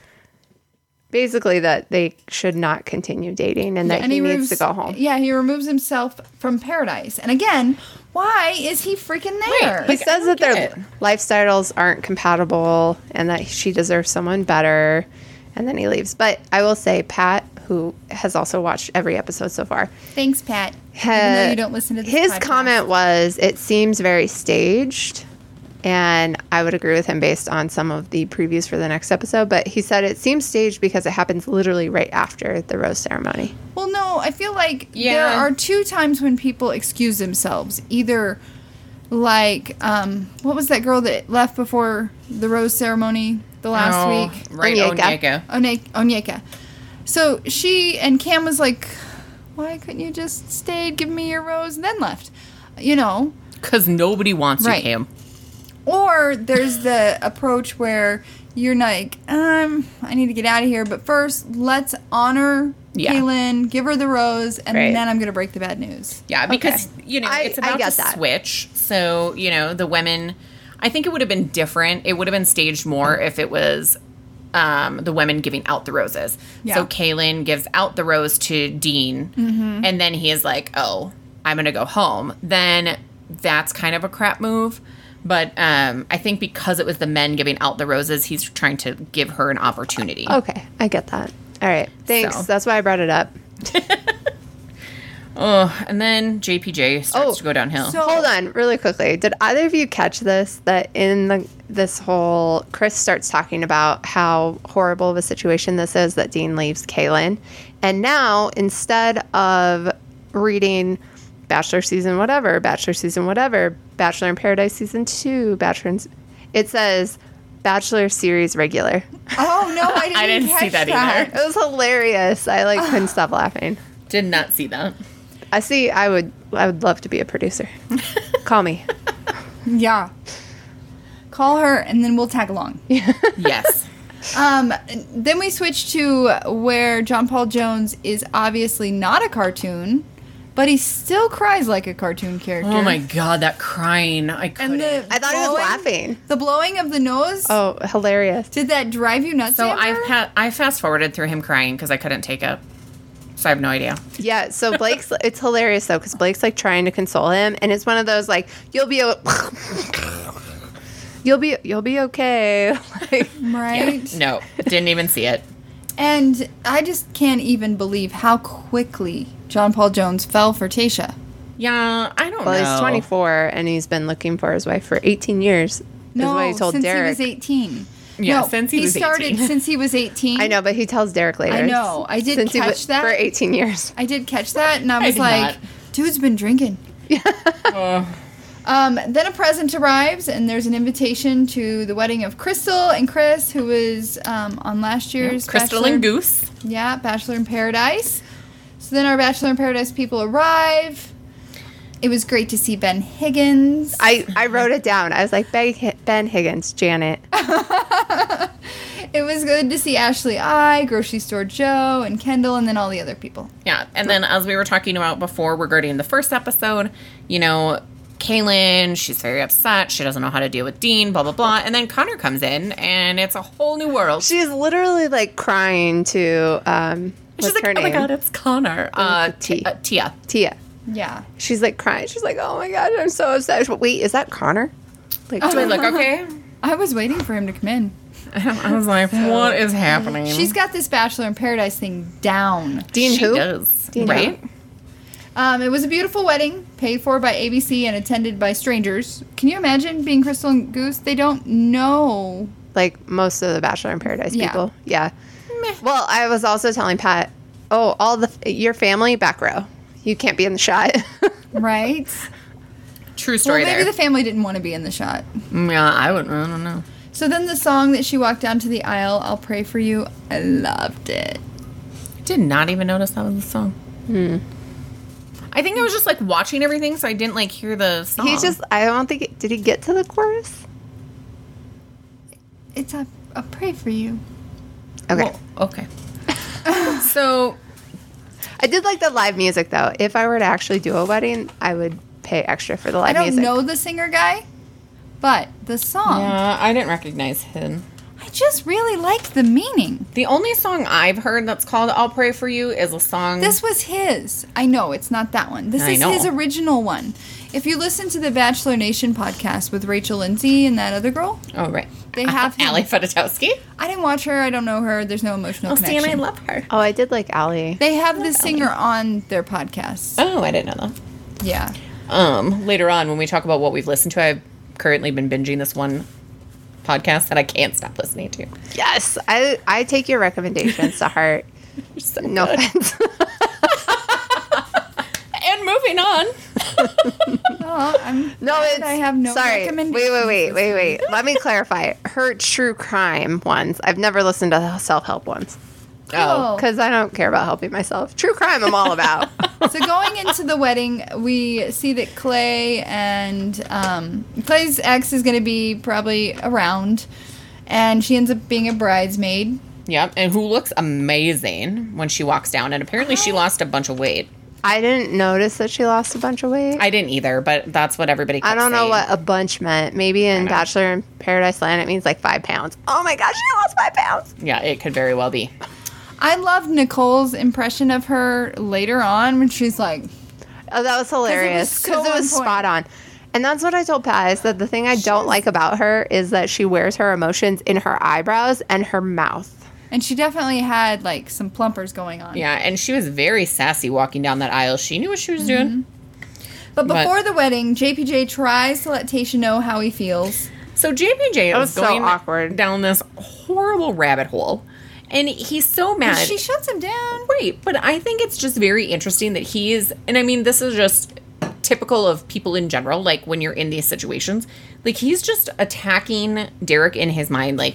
[SPEAKER 2] basically that they should not continue dating and that
[SPEAKER 1] And
[SPEAKER 2] he, needs
[SPEAKER 1] removes-
[SPEAKER 2] to go home.
[SPEAKER 1] Yeah, he removes himself from paradise. And again, why is he freaking there?
[SPEAKER 2] He
[SPEAKER 3] Like, I
[SPEAKER 2] says
[SPEAKER 3] don't
[SPEAKER 2] that their
[SPEAKER 3] get it.
[SPEAKER 2] lifestyles aren't compatible and that she deserves someone better. And then he leaves. But I will say, Pat, who has also watched every episode so far,
[SPEAKER 1] Thanks, Pat. Even though
[SPEAKER 2] Uh,
[SPEAKER 1] you don't listen to this
[SPEAKER 2] his
[SPEAKER 1] podcast.
[SPEAKER 2] comment was it seems very staged and i would agree with him based on some of the previews for the next episode but he said it seems staged because it happens literally right after the rose ceremony
[SPEAKER 1] Well, no, I feel like there
[SPEAKER 3] Yeah.
[SPEAKER 1] are two times when people excuse themselves. Either, like, um, what was that girl that left before the rose ceremony the last
[SPEAKER 3] Oh,
[SPEAKER 1] week?
[SPEAKER 3] Right.
[SPEAKER 2] Onyeka.
[SPEAKER 3] Onyeka.
[SPEAKER 1] One- Onyeka. So she and Cam was like, "Why couldn't you just stayed, give me your rose, and then left?" You know.
[SPEAKER 3] Because nobody wants
[SPEAKER 1] Right.
[SPEAKER 3] you, Cam.
[SPEAKER 1] Or there's the approach where you're like, um, I need to get out of here, but first let's honor
[SPEAKER 3] Yeah.
[SPEAKER 1] Kaylin, give her the rose, and
[SPEAKER 2] Right.
[SPEAKER 1] then I'm gonna break the bad news.
[SPEAKER 3] Yeah, because you know
[SPEAKER 2] I-
[SPEAKER 3] it's
[SPEAKER 2] I
[SPEAKER 3] about
[SPEAKER 2] get
[SPEAKER 3] to
[SPEAKER 2] that.
[SPEAKER 3] switch. So you know the women. I think it would have been different. It would have been staged more
[SPEAKER 2] Mm-hmm.
[SPEAKER 3] if it was um, the women giving out the roses.
[SPEAKER 1] Yeah.
[SPEAKER 3] So Kaylin gives out the rose to Dean,
[SPEAKER 2] Mm-hmm.
[SPEAKER 3] and then he is like, "Oh, I'm gonna go home." Then that's kind of a crap move. But um, I think because it was the men giving out the roses, he's trying to give her an opportunity.
[SPEAKER 2] okay i get that all right thanks
[SPEAKER 3] So.
[SPEAKER 2] that's why i brought it up
[SPEAKER 3] And then JPJ starts
[SPEAKER 2] Oh,
[SPEAKER 3] to go downhill.
[SPEAKER 1] so-
[SPEAKER 2] hold on really quickly did either of you catch this that in the this whole chris starts talking about how horrible of a situation this is that dean leaves kaylin and now instead of reading bachelor season whatever bachelor season whatever bachelor in paradise season two bachelor in, it says bachelor series regular
[SPEAKER 1] Oh no, I didn't,
[SPEAKER 3] I didn't
[SPEAKER 1] catch
[SPEAKER 3] see that either.
[SPEAKER 2] it was hilarious i like couldn't stop laughing
[SPEAKER 3] Did not see that.
[SPEAKER 2] i see i would i would love to be a producer call me
[SPEAKER 1] Yeah. Call her and then we'll tag along.
[SPEAKER 3] Yes.
[SPEAKER 1] Um, then we switch to where John Paul Jones is obviously not a cartoon, but he still cries like a cartoon character.
[SPEAKER 3] Oh my god, that crying! I
[SPEAKER 1] And
[SPEAKER 3] couldn't.
[SPEAKER 1] the
[SPEAKER 2] I thought he was
[SPEAKER 1] blowing-
[SPEAKER 2] laughing.
[SPEAKER 1] The blowing of the nose.
[SPEAKER 2] oh hilarious
[SPEAKER 1] Did that drive you nuts?
[SPEAKER 3] so
[SPEAKER 1] Amber?
[SPEAKER 3] I've pa- I fast forwarded through him crying because I couldn't take it. So I have no idea.
[SPEAKER 2] Yeah, so Blake's it's hilarious though because Blake's like trying to console him, and it's one of those like you'll be a you'll be you'll be okay. like,
[SPEAKER 1] right?
[SPEAKER 3] No, didn't even see it.
[SPEAKER 1] And I just can't even believe how quickly John Paul Jones fell for Tasha.
[SPEAKER 3] Yeah, I don't
[SPEAKER 2] well,
[SPEAKER 3] know.
[SPEAKER 2] he's 24 and he's been looking for his wife for 18 years. is
[SPEAKER 1] No,
[SPEAKER 2] what he told
[SPEAKER 1] since
[SPEAKER 2] Derek.
[SPEAKER 1] he was 18.
[SPEAKER 3] Yeah,
[SPEAKER 1] No,
[SPEAKER 3] since he was
[SPEAKER 1] started
[SPEAKER 3] 18.
[SPEAKER 1] since he was 18.
[SPEAKER 2] I know, but he tells Derek later.
[SPEAKER 1] I know. I did
[SPEAKER 2] Since he
[SPEAKER 1] catch
[SPEAKER 2] was-
[SPEAKER 1] that.
[SPEAKER 2] for 18 years.
[SPEAKER 1] I did catch that, and I
[SPEAKER 3] I
[SPEAKER 1] was
[SPEAKER 3] did
[SPEAKER 1] like,
[SPEAKER 3] not.
[SPEAKER 1] dude's been drinking. Um, then a present arrives, and there's an invitation to the wedding of Crystal and Chris, who was um, on last year's
[SPEAKER 3] Crystal
[SPEAKER 1] Bachelor,
[SPEAKER 3] and Goose.
[SPEAKER 1] Yeah, Bachelor in Paradise. So then our Bachelor in Paradise people arrive. It was great to see Ben Higgins.
[SPEAKER 2] I, I wrote it down. I was like, Ben, Hi- ben Higgins, Janet.
[SPEAKER 1] it was good to see Ashley I, Grocery Store Joe, and Kendall, and then all the other people.
[SPEAKER 3] Yeah, and then as we were talking about before regarding the first episode, you know, Kaylin, she's very upset. She doesn't know how to deal with Dean, blah, blah, blah. And then Connor comes in, and it's a whole new world.
[SPEAKER 2] She's literally like crying to, um, what's
[SPEAKER 3] She's like,
[SPEAKER 2] her
[SPEAKER 3] oh
[SPEAKER 2] name?
[SPEAKER 3] my God, it's Connor. Uh,
[SPEAKER 2] with the
[SPEAKER 3] T-
[SPEAKER 2] T.
[SPEAKER 3] uh, Tia.
[SPEAKER 2] Tia.
[SPEAKER 1] Yeah.
[SPEAKER 2] She's like crying. She's like, oh my God, I'm so upset. She's like, Wait, is that Connor? Like,
[SPEAKER 1] Oh,
[SPEAKER 3] Do I look okay?
[SPEAKER 1] I was waiting for him to come in.
[SPEAKER 3] I was like, what is happening?
[SPEAKER 1] She's got this Bachelor in Paradise thing down.
[SPEAKER 2] Dean
[SPEAKER 3] she
[SPEAKER 2] who?
[SPEAKER 3] does.
[SPEAKER 2] Dean who?
[SPEAKER 3] right?
[SPEAKER 1] Um, it was a beautiful wedding, paid for by ABC and attended by strangers. Can you imagine being Crystal and Goose? They don't know.
[SPEAKER 2] like most of the Bachelor in Paradise
[SPEAKER 1] Yeah.
[SPEAKER 2] people. Yeah. Well, I was also telling Pat, oh, all the your family back row. You can't be in the shot.
[SPEAKER 1] Right?
[SPEAKER 3] True
[SPEAKER 1] well,
[SPEAKER 3] story
[SPEAKER 1] maybe
[SPEAKER 3] there.
[SPEAKER 1] the family didn't want to be in the shot.
[SPEAKER 3] Mm, yeah, I wouldn't, I don't know.
[SPEAKER 1] So then the song that she walked down to the aisle, I'll Pray For You, I loved it.
[SPEAKER 3] Did not even notice that was the song. I think I was just like watching everything, so I didn't like hear the song.
[SPEAKER 2] he just, I don't think, did he get to the chorus?
[SPEAKER 1] It's a, a Pray For You.
[SPEAKER 2] Okay.
[SPEAKER 3] Well, okay. so
[SPEAKER 2] I did like the live music though. If I were to actually do a wedding, I would pay extra for the live
[SPEAKER 1] I don't
[SPEAKER 2] music.
[SPEAKER 1] know the singer guy, but the song.
[SPEAKER 3] yeah, uh, I didn't recognize him.
[SPEAKER 1] I just really liked the meaning.
[SPEAKER 3] The only song I've heard that's called "I'll Pray for You" is a song.
[SPEAKER 1] This was his. I know it's not that one. This
[SPEAKER 3] I
[SPEAKER 1] is
[SPEAKER 3] know.
[SPEAKER 1] his original one. If you listen to the Bachelor Nation podcast with Rachel Lindsay and that other girl,
[SPEAKER 3] oh right,
[SPEAKER 1] They have him.
[SPEAKER 3] Ali Fedotowsky.
[SPEAKER 1] I didn't watch her. I don't know her. There's no emotional
[SPEAKER 3] Oh,
[SPEAKER 1] connection.
[SPEAKER 3] Stan, I love her.
[SPEAKER 2] Oh, I did like Allie.
[SPEAKER 1] they have the singer on their podcast.
[SPEAKER 3] Oh, I didn't know
[SPEAKER 1] Yeah.
[SPEAKER 3] that. Um, later on when we talk about what we've listened to, I've currently been binging this one podcast that I can't stop listening to.
[SPEAKER 2] Yes, I I take your recommendations to heart.
[SPEAKER 3] So
[SPEAKER 2] No
[SPEAKER 3] good.
[SPEAKER 2] offense.
[SPEAKER 3] And moving on.
[SPEAKER 1] Oh, I'm
[SPEAKER 2] No,
[SPEAKER 1] glad
[SPEAKER 2] it's
[SPEAKER 1] I have no
[SPEAKER 2] sorry.
[SPEAKER 1] recommendations.
[SPEAKER 2] Wait, wait, wait, wait, wait. Let me clarify. Her true crime ones. I've never listened to the self help ones
[SPEAKER 3] Um,
[SPEAKER 1] Oh.
[SPEAKER 2] because I don't care about helping myself. True crime, I'm all about.
[SPEAKER 1] so going into the wedding, we see that Clay and um, Clay's ex is going to be probably around, and she ends up being a bridesmaid.
[SPEAKER 3] Yep, and who looks amazing when she walks down. And apparently, she lost a bunch of weight.
[SPEAKER 2] I didn't notice that she lost a bunch of weight. I,
[SPEAKER 3] I didn't either, but that's what everybody. Kept
[SPEAKER 2] don't know
[SPEAKER 3] saying.
[SPEAKER 2] what a bunch meant. Maybe in
[SPEAKER 3] know.
[SPEAKER 2] Bachelor in Paradise Land, it means like five pounds. Oh my gosh, she lost five pounds.
[SPEAKER 3] Yeah, it could very well be.
[SPEAKER 1] I loved Nicole's impression of her later on when she's like,
[SPEAKER 2] Oh, that was hilarious
[SPEAKER 1] so
[SPEAKER 2] because it was,
[SPEAKER 1] on point.
[SPEAKER 2] spot on. And that's what I told Pat is that the thing I don't like about her is that she wears her emotions in her eyebrows and her mouth.
[SPEAKER 1] and she definitely had like some plumpers going on.
[SPEAKER 3] Yeah, and she was very sassy walking down that aisle. She knew what she was doing.
[SPEAKER 2] Mm-hmm.
[SPEAKER 1] But
[SPEAKER 3] But-
[SPEAKER 1] before the wedding, JPJ tries to let Tasha know how he feels.
[SPEAKER 3] So JPJ
[SPEAKER 2] was
[SPEAKER 3] is
[SPEAKER 2] so
[SPEAKER 3] going
[SPEAKER 2] awkward.
[SPEAKER 3] down this horrible rabbit hole, and he's so mad.
[SPEAKER 1] She shuts him down.
[SPEAKER 3] Right, but I think it's just very interesting that he is, and I mean, this is just typical of people in general, like when you're in these situations. Like, he's just attacking Derek in his mind, like,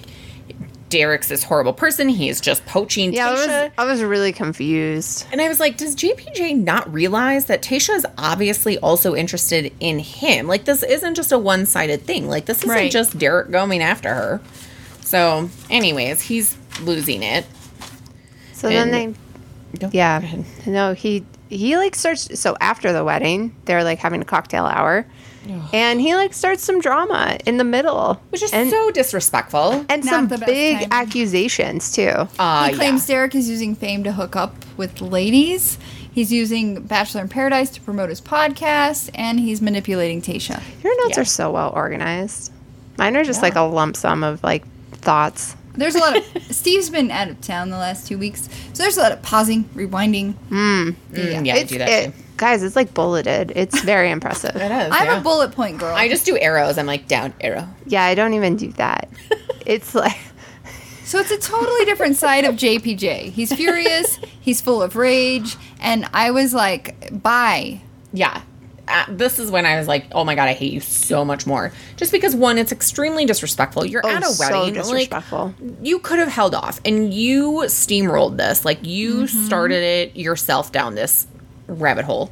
[SPEAKER 3] Derek's this horrible person. He's just poaching
[SPEAKER 2] Yeah, I
[SPEAKER 3] Tasha.
[SPEAKER 2] was, I was really confused.
[SPEAKER 3] and I was like, does JPJ not realize that Tasha is obviously also interested in him? Like, this isn't just a one sided thing. Like, this isn't
[SPEAKER 1] Right.
[SPEAKER 3] just Derek going after her. So, anyways, he's losing it.
[SPEAKER 2] So then
[SPEAKER 3] And-
[SPEAKER 2] they,
[SPEAKER 3] Go- go
[SPEAKER 2] yeah,
[SPEAKER 3] ahead.
[SPEAKER 2] no, he he like starts. So after the wedding, they're like having a cocktail hour, and he like starts some drama in the middle,
[SPEAKER 3] Which is
[SPEAKER 2] and,
[SPEAKER 3] so disrespectful.
[SPEAKER 2] and
[SPEAKER 1] Not
[SPEAKER 2] some
[SPEAKER 1] the best
[SPEAKER 2] big
[SPEAKER 1] timing.
[SPEAKER 2] accusations too.
[SPEAKER 3] Uh,
[SPEAKER 1] he claims
[SPEAKER 3] yeah.
[SPEAKER 1] Derek is using fame to hook up with ladies. He's using Bachelor in Paradise to promote his podcast, and he's manipulating Tasha.
[SPEAKER 2] Your notes
[SPEAKER 3] yeah.
[SPEAKER 2] are so well organized. Mine are just like a lump sum of like thoughts.
[SPEAKER 1] There's a lot of Steve's been out of town the last two weeks, so there's a lot of pausing, rewinding.
[SPEAKER 3] Mm, yeah, I
[SPEAKER 2] It's-
[SPEAKER 3] do that
[SPEAKER 2] it-
[SPEAKER 3] too.
[SPEAKER 2] Guys, it's like bulleted. It's very impressive.
[SPEAKER 3] It is,
[SPEAKER 1] I'm
[SPEAKER 3] yeah.
[SPEAKER 1] a bullet point girl.
[SPEAKER 3] I just do arrows. I'm like down arrow.
[SPEAKER 2] Yeah, I don't even do that. It's like
[SPEAKER 1] so it's a totally different side of JPJ. He's furious, he's full of rage, and I was like, bye.
[SPEAKER 3] Yeah. Uh, this is when I was like, oh my God, I hate you so much more. Just because, one, it's extremely disrespectful. You're at a
[SPEAKER 2] oh, so
[SPEAKER 3] wedding.
[SPEAKER 2] disrespectful.
[SPEAKER 3] Like, you could have held off and you steamrolled this. Like, you
[SPEAKER 1] Mm-hmm.
[SPEAKER 3] started it yourself down this rabbit hole.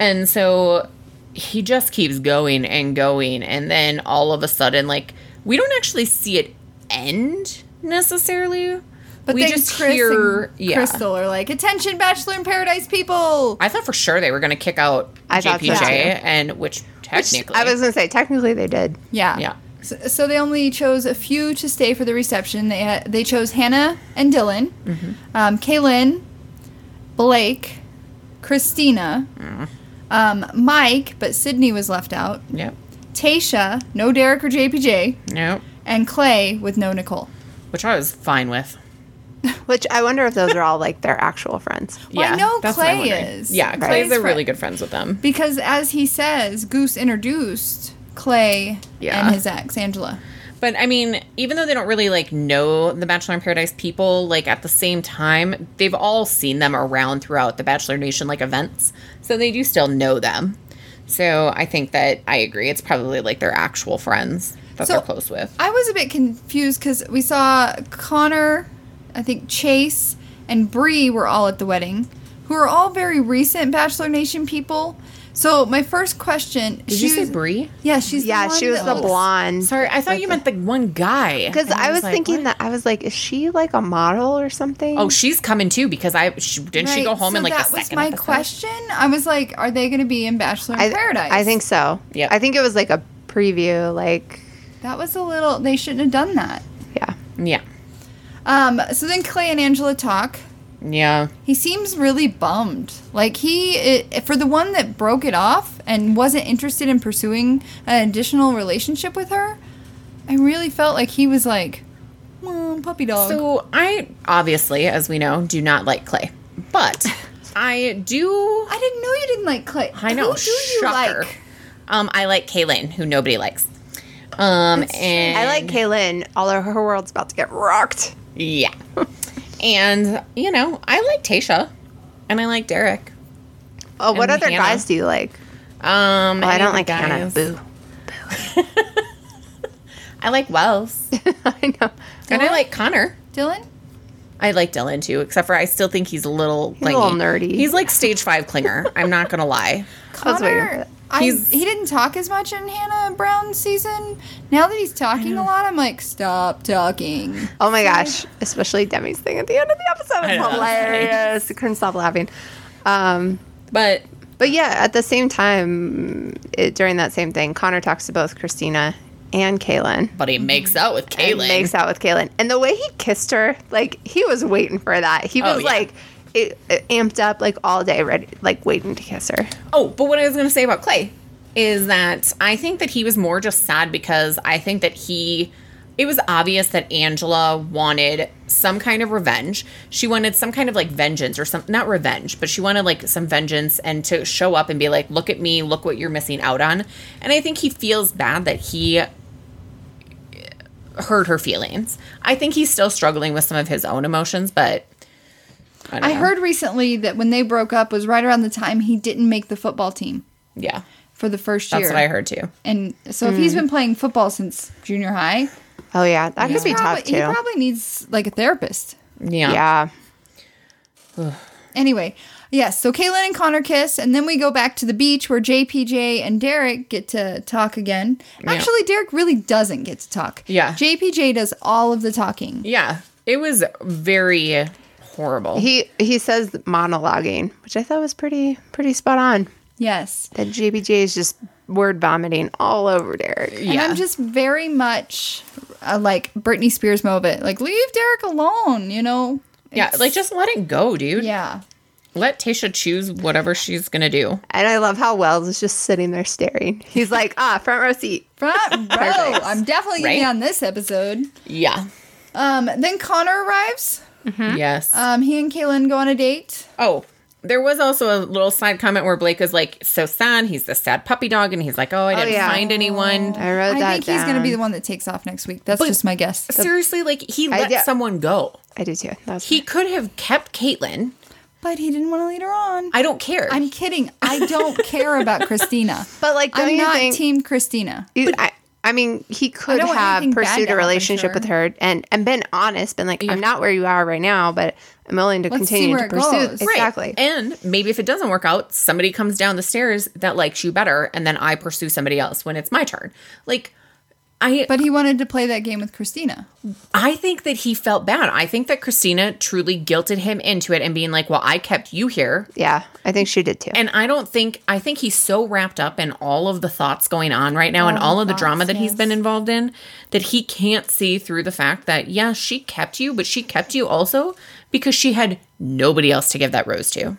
[SPEAKER 3] And so he just keeps going and going. And then all of a sudden, like, we don't actually see it end necessarily.
[SPEAKER 1] But
[SPEAKER 3] we
[SPEAKER 1] then
[SPEAKER 3] just
[SPEAKER 1] Chris
[SPEAKER 3] hear,
[SPEAKER 1] and
[SPEAKER 3] yeah.
[SPEAKER 1] Crystal are like, attention, Bachelor in Paradise people.
[SPEAKER 3] I thought for sure they were going to kick out
[SPEAKER 2] I thought so,
[SPEAKER 3] JPJ,
[SPEAKER 2] too.
[SPEAKER 3] and which technically,
[SPEAKER 2] I was gonna say technically they did.
[SPEAKER 1] Yeah.
[SPEAKER 3] Yeah.
[SPEAKER 1] So, so they only chose a few to stay for the reception. They ha- they chose Hannah and Dylan,
[SPEAKER 3] Mm-hmm.
[SPEAKER 1] um, Kaylin, Blake, Christina,
[SPEAKER 3] Mm.
[SPEAKER 1] um, Mike, but Sydney was left out.
[SPEAKER 3] Yep.
[SPEAKER 1] Tasha, no Derek or JPJ,
[SPEAKER 3] Nope.
[SPEAKER 1] and Clay with no Nicole.
[SPEAKER 3] Which I was fine with.
[SPEAKER 2] Which I wonder if those are all like their actual friends.
[SPEAKER 1] Well, I know
[SPEAKER 3] that's what I'm
[SPEAKER 1] Clay
[SPEAKER 3] wondering.
[SPEAKER 1] is.
[SPEAKER 3] Yeah,
[SPEAKER 1] Right.
[SPEAKER 3] Clay's are
[SPEAKER 1] Clay's
[SPEAKER 3] really
[SPEAKER 1] friend.
[SPEAKER 3] good friends with them.
[SPEAKER 1] Because as he says, Goose introduced Clay
[SPEAKER 3] Yeah.
[SPEAKER 1] and his ex Angela.
[SPEAKER 3] But I mean, even though they don't really like know the Bachelor in Paradise people, like at the same time, they've all seen them around throughout the Bachelor Nation like events. So they do still know them. So I think that I agree. It's probably like their actual friends that
[SPEAKER 1] So-
[SPEAKER 3] they're close with.
[SPEAKER 1] I was a bit confused because we saw Connor, I think Chase, and Bree were all at the wedding, who are all very recent Bachelor Nation people. So my first question,
[SPEAKER 3] Did
[SPEAKER 1] she
[SPEAKER 3] you
[SPEAKER 1] was-
[SPEAKER 3] say Bree?
[SPEAKER 1] Yeah, she's the
[SPEAKER 2] Yeah,
[SPEAKER 1] one
[SPEAKER 2] she was
[SPEAKER 1] that
[SPEAKER 2] the
[SPEAKER 1] looks-
[SPEAKER 2] blonde.
[SPEAKER 3] Sorry, I thought you meant the one guy.
[SPEAKER 2] Because
[SPEAKER 3] And
[SPEAKER 2] I was
[SPEAKER 3] like,
[SPEAKER 2] thinking
[SPEAKER 3] what?
[SPEAKER 2] that I was like, is she like a model or something?
[SPEAKER 3] Oh, she's coming too because I she, didn't she
[SPEAKER 1] Right,
[SPEAKER 3] go home
[SPEAKER 1] so
[SPEAKER 3] in like
[SPEAKER 1] that
[SPEAKER 3] the
[SPEAKER 1] was
[SPEAKER 3] second
[SPEAKER 1] my
[SPEAKER 3] episode?
[SPEAKER 1] question. I was like, are they going to be in Bachelor in
[SPEAKER 2] I,
[SPEAKER 1] Paradise?
[SPEAKER 2] I think so.
[SPEAKER 3] Yep.
[SPEAKER 2] I think it was like a preview. Like,
[SPEAKER 1] that was a little. They shouldn't have done that.
[SPEAKER 2] yeah,
[SPEAKER 3] Yeah,
[SPEAKER 1] Um, so then Clay and Angela talk.
[SPEAKER 3] yeah.
[SPEAKER 1] He seems really bummed. Like he, it, for the one that broke it off and wasn't interested in pursuing an additional relationship with her, I really felt like he was like, "Mm, puppy dog.
[SPEAKER 3] So I obviously, as we know, do not like clay, but I do.
[SPEAKER 1] I didn't know you didn't like Clay.
[SPEAKER 3] I know.
[SPEAKER 1] Who do you
[SPEAKER 3] shocker.
[SPEAKER 1] like?
[SPEAKER 3] Um, I like Kaylin, who nobody likes. Um, and
[SPEAKER 2] I like Kaylin. Although her world's about to get rocked.
[SPEAKER 3] yeah, and you know, I like Tasha, and I like Derek.
[SPEAKER 2] Oh, what
[SPEAKER 3] And
[SPEAKER 2] other
[SPEAKER 3] Hannah.
[SPEAKER 2] guys do you like?
[SPEAKER 3] Um,
[SPEAKER 2] Oh, I
[SPEAKER 3] any
[SPEAKER 2] don't
[SPEAKER 3] of the
[SPEAKER 2] like Hannah.
[SPEAKER 3] guys.
[SPEAKER 2] Boo.
[SPEAKER 3] I like Wells,
[SPEAKER 2] I know.
[SPEAKER 3] and I like Connor.
[SPEAKER 1] Dylan.
[SPEAKER 3] I like Dylan too, except for I still think he's a little
[SPEAKER 2] a
[SPEAKER 3] clingy.
[SPEAKER 2] little nerdy.
[SPEAKER 3] He's like stage five clinger. I'm not gonna lie.
[SPEAKER 2] I was waiting for
[SPEAKER 1] Connor.
[SPEAKER 2] that.
[SPEAKER 1] I,
[SPEAKER 3] He's-
[SPEAKER 1] he didn't talk as much in Hannah Brown's season. Now that he's talking a lot, I'm like, stop talking.
[SPEAKER 2] Oh my gosh! Especially Demi's thing at the end of the episode
[SPEAKER 3] I know.
[SPEAKER 2] was hilarious. I couldn't stop laughing. Um,
[SPEAKER 3] But
[SPEAKER 2] But yeah, at the same time, it, during that same thing, Connor talks to both Christina and Kaylin.
[SPEAKER 3] but he makes out with
[SPEAKER 2] And
[SPEAKER 3] Kaylin.
[SPEAKER 2] makes out with Kaylin. And the way he kissed her, like, he was waiting for that. He
[SPEAKER 3] Oh,
[SPEAKER 2] was
[SPEAKER 3] yeah.
[SPEAKER 2] like, it, it amped up, like, all day, ready, like, waiting to kiss her.
[SPEAKER 3] oh, but what I was gonna say about Clay is that I think that he was more just sad because I think that he it was obvious that Angela wanted some kind of revenge. She wanted some kind of like vengeance or some not revenge, but she wanted like some vengeance and to show up and be like, look at me, look what you're missing out on. And I think he feels bad that he eh, hurt her feelings. I think he's still struggling with some of his own emotions, but I, don't
[SPEAKER 1] I
[SPEAKER 3] know.
[SPEAKER 1] heard recently that when they broke up was right around the time he didn't make the football team
[SPEAKER 3] yeah,
[SPEAKER 1] for the first
[SPEAKER 3] that's
[SPEAKER 1] year.
[SPEAKER 3] what I heard too.
[SPEAKER 1] And so if he's been playing football since junior high,
[SPEAKER 2] Oh, yeah. That could be
[SPEAKER 1] probably,
[SPEAKER 2] tough, too.
[SPEAKER 1] he probably needs like a therapist.
[SPEAKER 2] yeah.
[SPEAKER 1] Anyway, yes, so Kaylin and Connor kiss, and then we go back to the beach where JPJ and Derek get to talk again. Actually, Derek really doesn't get to talk.
[SPEAKER 3] Yeah.
[SPEAKER 1] JPJ does all of the talking.
[SPEAKER 3] Yeah, it was very horrible.
[SPEAKER 2] He, he says monologuing, which I thought was pretty, pretty spot on.
[SPEAKER 1] Yes.
[SPEAKER 2] That JBJ is just word vomiting all over Derek.
[SPEAKER 1] And
[SPEAKER 3] Yeah.
[SPEAKER 1] I'm just very much uh, like Britney Spears moment. Like, leave Derek alone, you know?
[SPEAKER 3] yeah,
[SPEAKER 1] It's-
[SPEAKER 3] like just let it go, dude.
[SPEAKER 1] Yeah.
[SPEAKER 3] Let Tasha choose whatever she's going to do.
[SPEAKER 2] And I love how Wells is just sitting there staring. He's like, ah, front row seat.
[SPEAKER 1] Front row. I'm definitely gonna be
[SPEAKER 3] Right?
[SPEAKER 1] on this episode.
[SPEAKER 3] Yeah.
[SPEAKER 1] Um, then Connor arrives.
[SPEAKER 2] Hmm?
[SPEAKER 3] Yes.
[SPEAKER 2] Uh,
[SPEAKER 1] Um, he and Kaylin go on a date.
[SPEAKER 3] Oh, there was also a little side comment where Blake is like, so sad. He's the sad puppy dog. And he's like, oh, I didn't
[SPEAKER 2] yeah. Oh.
[SPEAKER 3] find anyone.
[SPEAKER 2] I wrote that
[SPEAKER 1] I think he's gonna be
[SPEAKER 2] down.
[SPEAKER 1] the one that takes off next week. That's
[SPEAKER 3] But-
[SPEAKER 1] just my guess.
[SPEAKER 3] Seriously, like, he let
[SPEAKER 2] yeah.
[SPEAKER 3] someone go.
[SPEAKER 2] I do too. That was
[SPEAKER 3] He could have kept Caitlin.
[SPEAKER 1] But he didn't want to lead her on.
[SPEAKER 3] I don't care.
[SPEAKER 1] I'm kidding. I don't care about Christina.
[SPEAKER 2] But, like, don't
[SPEAKER 1] I'm
[SPEAKER 2] you
[SPEAKER 1] not
[SPEAKER 2] think-
[SPEAKER 1] team Christina.
[SPEAKER 2] You- I, I mean, he could
[SPEAKER 1] don't want anything bad
[SPEAKER 2] have
[SPEAKER 1] to
[SPEAKER 2] pursued a
[SPEAKER 1] happen,
[SPEAKER 2] relationship
[SPEAKER 1] sure.
[SPEAKER 2] with her and, and been honest, been like, I'm not where you are right now, but I'm willing to
[SPEAKER 1] Let's see
[SPEAKER 2] continue
[SPEAKER 1] where
[SPEAKER 2] to
[SPEAKER 1] it
[SPEAKER 2] pursue.
[SPEAKER 1] goes.
[SPEAKER 3] Right.
[SPEAKER 2] Exactly.
[SPEAKER 3] And maybe if it doesn't work out, somebody comes down the stairs that likes you better, and then I pursue somebody else when it's my turn. Like, I
[SPEAKER 1] But he wanted to play that game with Christina.
[SPEAKER 3] I think that he felt bad. I think that Christina truly guilted him into it and being like, "Well, I kept you here."
[SPEAKER 2] Yeah, I think she did too.
[SPEAKER 3] And I don't think I think he's so wrapped up in all of the thoughts going on right now and all of the drama that he's been involved in that he can't see through the fact that yeah, she kept you, but she kept you also because she had nobody else to give that rose to.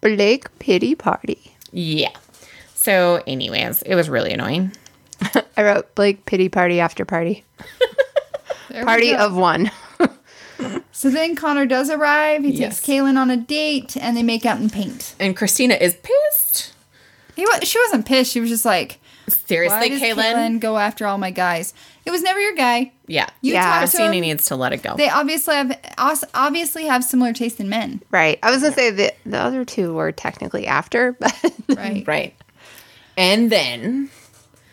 [SPEAKER 2] Blake pity party.
[SPEAKER 3] Yeah. So, anyways, it was really annoying.
[SPEAKER 2] I wrote Blake pity party after party.
[SPEAKER 1] There we
[SPEAKER 2] Party
[SPEAKER 1] go.
[SPEAKER 2] of one.
[SPEAKER 1] So then Connor does arrive. He
[SPEAKER 3] Yes.
[SPEAKER 1] takes Kaylin on a date, and they make out and paint.
[SPEAKER 3] And Christina is pissed.
[SPEAKER 1] He wa- she wasn't pissed. She was just like, "Why
[SPEAKER 3] Seriously,
[SPEAKER 1] does
[SPEAKER 3] Kaylin?
[SPEAKER 1] Kaylin go after all my guys? It was never your guy.
[SPEAKER 3] Yeah.
[SPEAKER 1] You
[SPEAKER 2] Yeah.
[SPEAKER 1] talk to
[SPEAKER 3] Christina
[SPEAKER 1] him.
[SPEAKER 3] needs to let it go.
[SPEAKER 1] They obviously have os- obviously have similar taste in men,
[SPEAKER 2] Right. I was gonna say the the other two were technically after, but
[SPEAKER 1] right?
[SPEAKER 3] right. And then,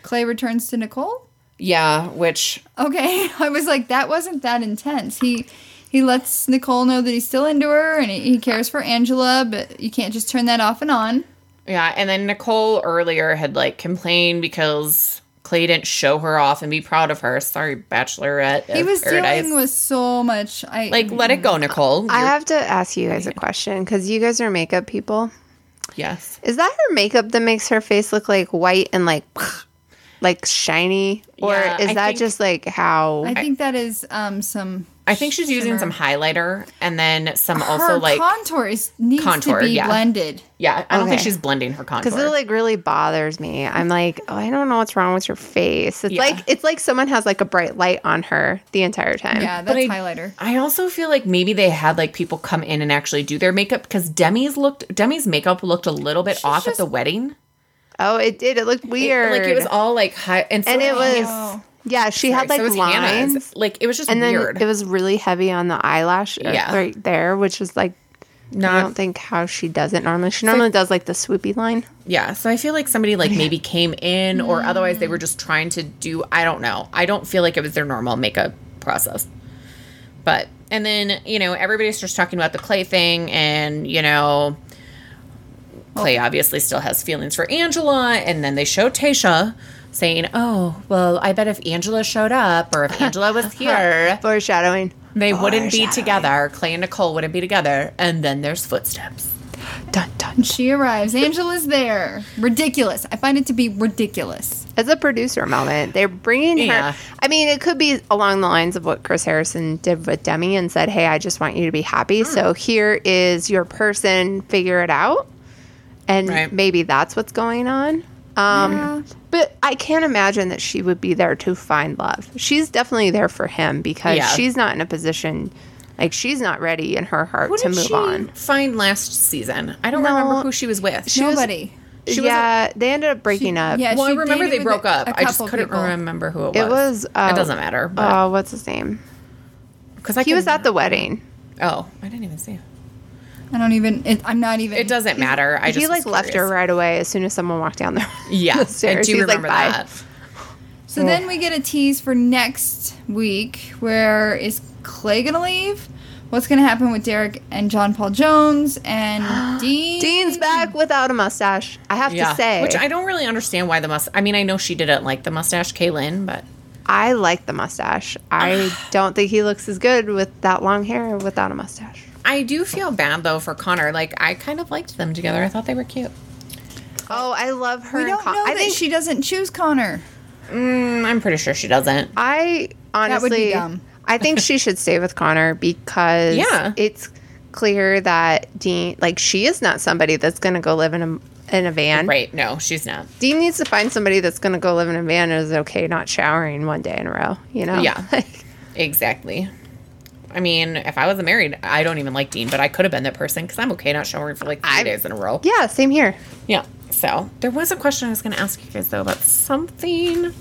[SPEAKER 1] Clay returns to Nicole.
[SPEAKER 3] yeah, which
[SPEAKER 1] Okay, I was like, that wasn't that intense. He he lets Nicole know that he's still into her and he cares for Angela, but you can't just turn that off and on.
[SPEAKER 3] Yeah, and then Nicole earlier had like complained because Clay didn't show her off and be proud of her. Sorry, Bachelorette.
[SPEAKER 1] He
[SPEAKER 3] of
[SPEAKER 1] was
[SPEAKER 3] Paradise.
[SPEAKER 1] dealing with so much. I
[SPEAKER 3] like let it go, Nicole.
[SPEAKER 2] Mm. I
[SPEAKER 3] You're-
[SPEAKER 2] have to ask you guys a question because you guys are makeup people.
[SPEAKER 3] yes.
[SPEAKER 2] Is that her makeup that makes her face look like white and like like shiny, or
[SPEAKER 3] Yeah,
[SPEAKER 2] is
[SPEAKER 3] I
[SPEAKER 2] that
[SPEAKER 3] think-
[SPEAKER 2] just like how?
[SPEAKER 1] I think that is um some.
[SPEAKER 3] I think she's using some highlighter and then some also
[SPEAKER 1] her
[SPEAKER 3] like
[SPEAKER 1] contour is needs
[SPEAKER 3] contour,
[SPEAKER 1] to be
[SPEAKER 3] yeah.
[SPEAKER 1] blended.
[SPEAKER 3] yeah. I don't think
[SPEAKER 2] Okay.
[SPEAKER 3] she's blending her contour.
[SPEAKER 2] Because it like really bothers me. I'm like, oh, I don't know what's wrong with your face. It's
[SPEAKER 3] Yeah.
[SPEAKER 2] like it's like someone has like a bright light on her the entire time.
[SPEAKER 1] Yeah,
[SPEAKER 3] But
[SPEAKER 1] that's
[SPEAKER 3] I-
[SPEAKER 1] highlighter.
[SPEAKER 3] I also feel like maybe they had like people come in and actually do their makeup because Demi's looked Demi's makeup looked a little bit off at
[SPEAKER 1] just-
[SPEAKER 3] the wedding.
[SPEAKER 2] Oh, it did. It looked
[SPEAKER 3] It-
[SPEAKER 2] weird.
[SPEAKER 3] like it was all like high and, so
[SPEAKER 2] and it was
[SPEAKER 1] Oh.
[SPEAKER 2] yeah. She had like
[SPEAKER 3] so was
[SPEAKER 2] lines,
[SPEAKER 3] Hannah's. Like it was just
[SPEAKER 2] and then
[SPEAKER 3] weird.
[SPEAKER 2] it was really heavy on the eyelash. uh,
[SPEAKER 3] Yeah.
[SPEAKER 2] right there, which was like. I
[SPEAKER 3] Not-
[SPEAKER 2] don't think how she does it normally. She normally does like the swoopy line.
[SPEAKER 3] Yeah, so I feel like somebody like maybe came in or otherwise they were just trying to do I don't know. I don't feel like it was their normal makeup process. But and then, you know, everybody starts talking about the clay thing and, you know, Clay obviously still has feelings for Angela and then they show Tasha saying, "Oh, well, I bet if Angela showed up or if Angela was here,
[SPEAKER 2] Foreshadowing.
[SPEAKER 3] they wouldn't be
[SPEAKER 2] Foreshadowing.
[SPEAKER 3] together. Clay and Nicole wouldn't be together." And then there's footsteps.
[SPEAKER 2] Dun, dun.
[SPEAKER 1] She arrives. Angela's there. Ridiculous. I find it to be ridiculous.
[SPEAKER 2] It's a producer moment. They're bringing
[SPEAKER 3] Yeah.
[SPEAKER 2] her. I mean, it could be along the lines of what Chris Harrison did with Demi and said, "Hey, I just want you to be happy. So
[SPEAKER 3] Hmm.
[SPEAKER 2] here is your person. Figure it out." And
[SPEAKER 3] Right.
[SPEAKER 2] maybe that's what's going on. Um, But I can't imagine that she would be there to find love. She's definitely there for him because
[SPEAKER 3] Yeah.
[SPEAKER 2] she's not in a position, like she's not ready in her heart
[SPEAKER 3] What
[SPEAKER 2] to
[SPEAKER 3] did
[SPEAKER 2] move
[SPEAKER 3] she
[SPEAKER 2] on.
[SPEAKER 3] find last season? I don't remember who she was with.
[SPEAKER 2] She was-
[SPEAKER 1] Nobody.
[SPEAKER 3] she was a-
[SPEAKER 2] yeah, they ended up breaking up.
[SPEAKER 1] yeah,
[SPEAKER 3] well, I
[SPEAKER 1] she
[SPEAKER 3] remember
[SPEAKER 1] dated
[SPEAKER 3] they
[SPEAKER 1] with
[SPEAKER 3] broke
[SPEAKER 1] a-
[SPEAKER 3] up.
[SPEAKER 1] a
[SPEAKER 3] I just
[SPEAKER 1] couple
[SPEAKER 3] couldn't
[SPEAKER 1] people.
[SPEAKER 3] remember who it was.
[SPEAKER 2] It was. Uh,
[SPEAKER 3] it doesn't matter. But,
[SPEAKER 2] Uh, what's his name?
[SPEAKER 3] because I
[SPEAKER 2] He was
[SPEAKER 3] can-
[SPEAKER 2] at the wedding.
[SPEAKER 3] Oh, I didn't even see him.
[SPEAKER 1] I don't even. It, I'm not even.
[SPEAKER 3] It doesn't matter. I just
[SPEAKER 2] he like
[SPEAKER 3] was
[SPEAKER 2] left her
[SPEAKER 3] curious.
[SPEAKER 2] right away as soon as someone walked down the,
[SPEAKER 3] Yeah,
[SPEAKER 2] the stairs.
[SPEAKER 3] I do
[SPEAKER 2] He's like,
[SPEAKER 3] remember
[SPEAKER 2] "Bye."
[SPEAKER 3] that.
[SPEAKER 1] So then we get a tease for next week. Where is Clay gonna leave? What's gonna happen with Derek and John Paul Jones and Dean?
[SPEAKER 2] Dean's back without a mustache. I have
[SPEAKER 3] Yeah,
[SPEAKER 2] to say,
[SPEAKER 3] which I
[SPEAKER 2] I,
[SPEAKER 3] don't really understand why the must. I mean, I know she didn't like the mustache, Kaylin, but
[SPEAKER 2] like the mustache. I don't think he looks as good with that long hair without a mustache.
[SPEAKER 3] I do feel bad though for Connor. Like I kind of liked them together. I thought they were cute.
[SPEAKER 2] Oh, I love her.
[SPEAKER 1] We
[SPEAKER 2] and
[SPEAKER 1] don't
[SPEAKER 2] Con-
[SPEAKER 1] know
[SPEAKER 2] I
[SPEAKER 1] that
[SPEAKER 2] think
[SPEAKER 1] she doesn't choose Connor.
[SPEAKER 3] Mm, I'm pretty sure she doesn't.
[SPEAKER 2] I honestly,
[SPEAKER 1] would be dumb.
[SPEAKER 2] I think she should stay with Connor because
[SPEAKER 3] Yeah.
[SPEAKER 2] it's clear that Dean, like, she is not somebody that's going to go live in a in a van.
[SPEAKER 3] Right. No, she's not.
[SPEAKER 2] Dean needs to find somebody that's going to go live in a van and is okay not showering one day in a row. You know.
[SPEAKER 3] Yeah. Exactly. I mean, if I wasn't married, I don't even like Dean, but I could have been that person because I'm okay not showering for like 3
[SPEAKER 2] I-
[SPEAKER 3] days in a row.
[SPEAKER 2] yeah. Same here.
[SPEAKER 3] Yeah. So there was a question I was going to ask you guys though about something.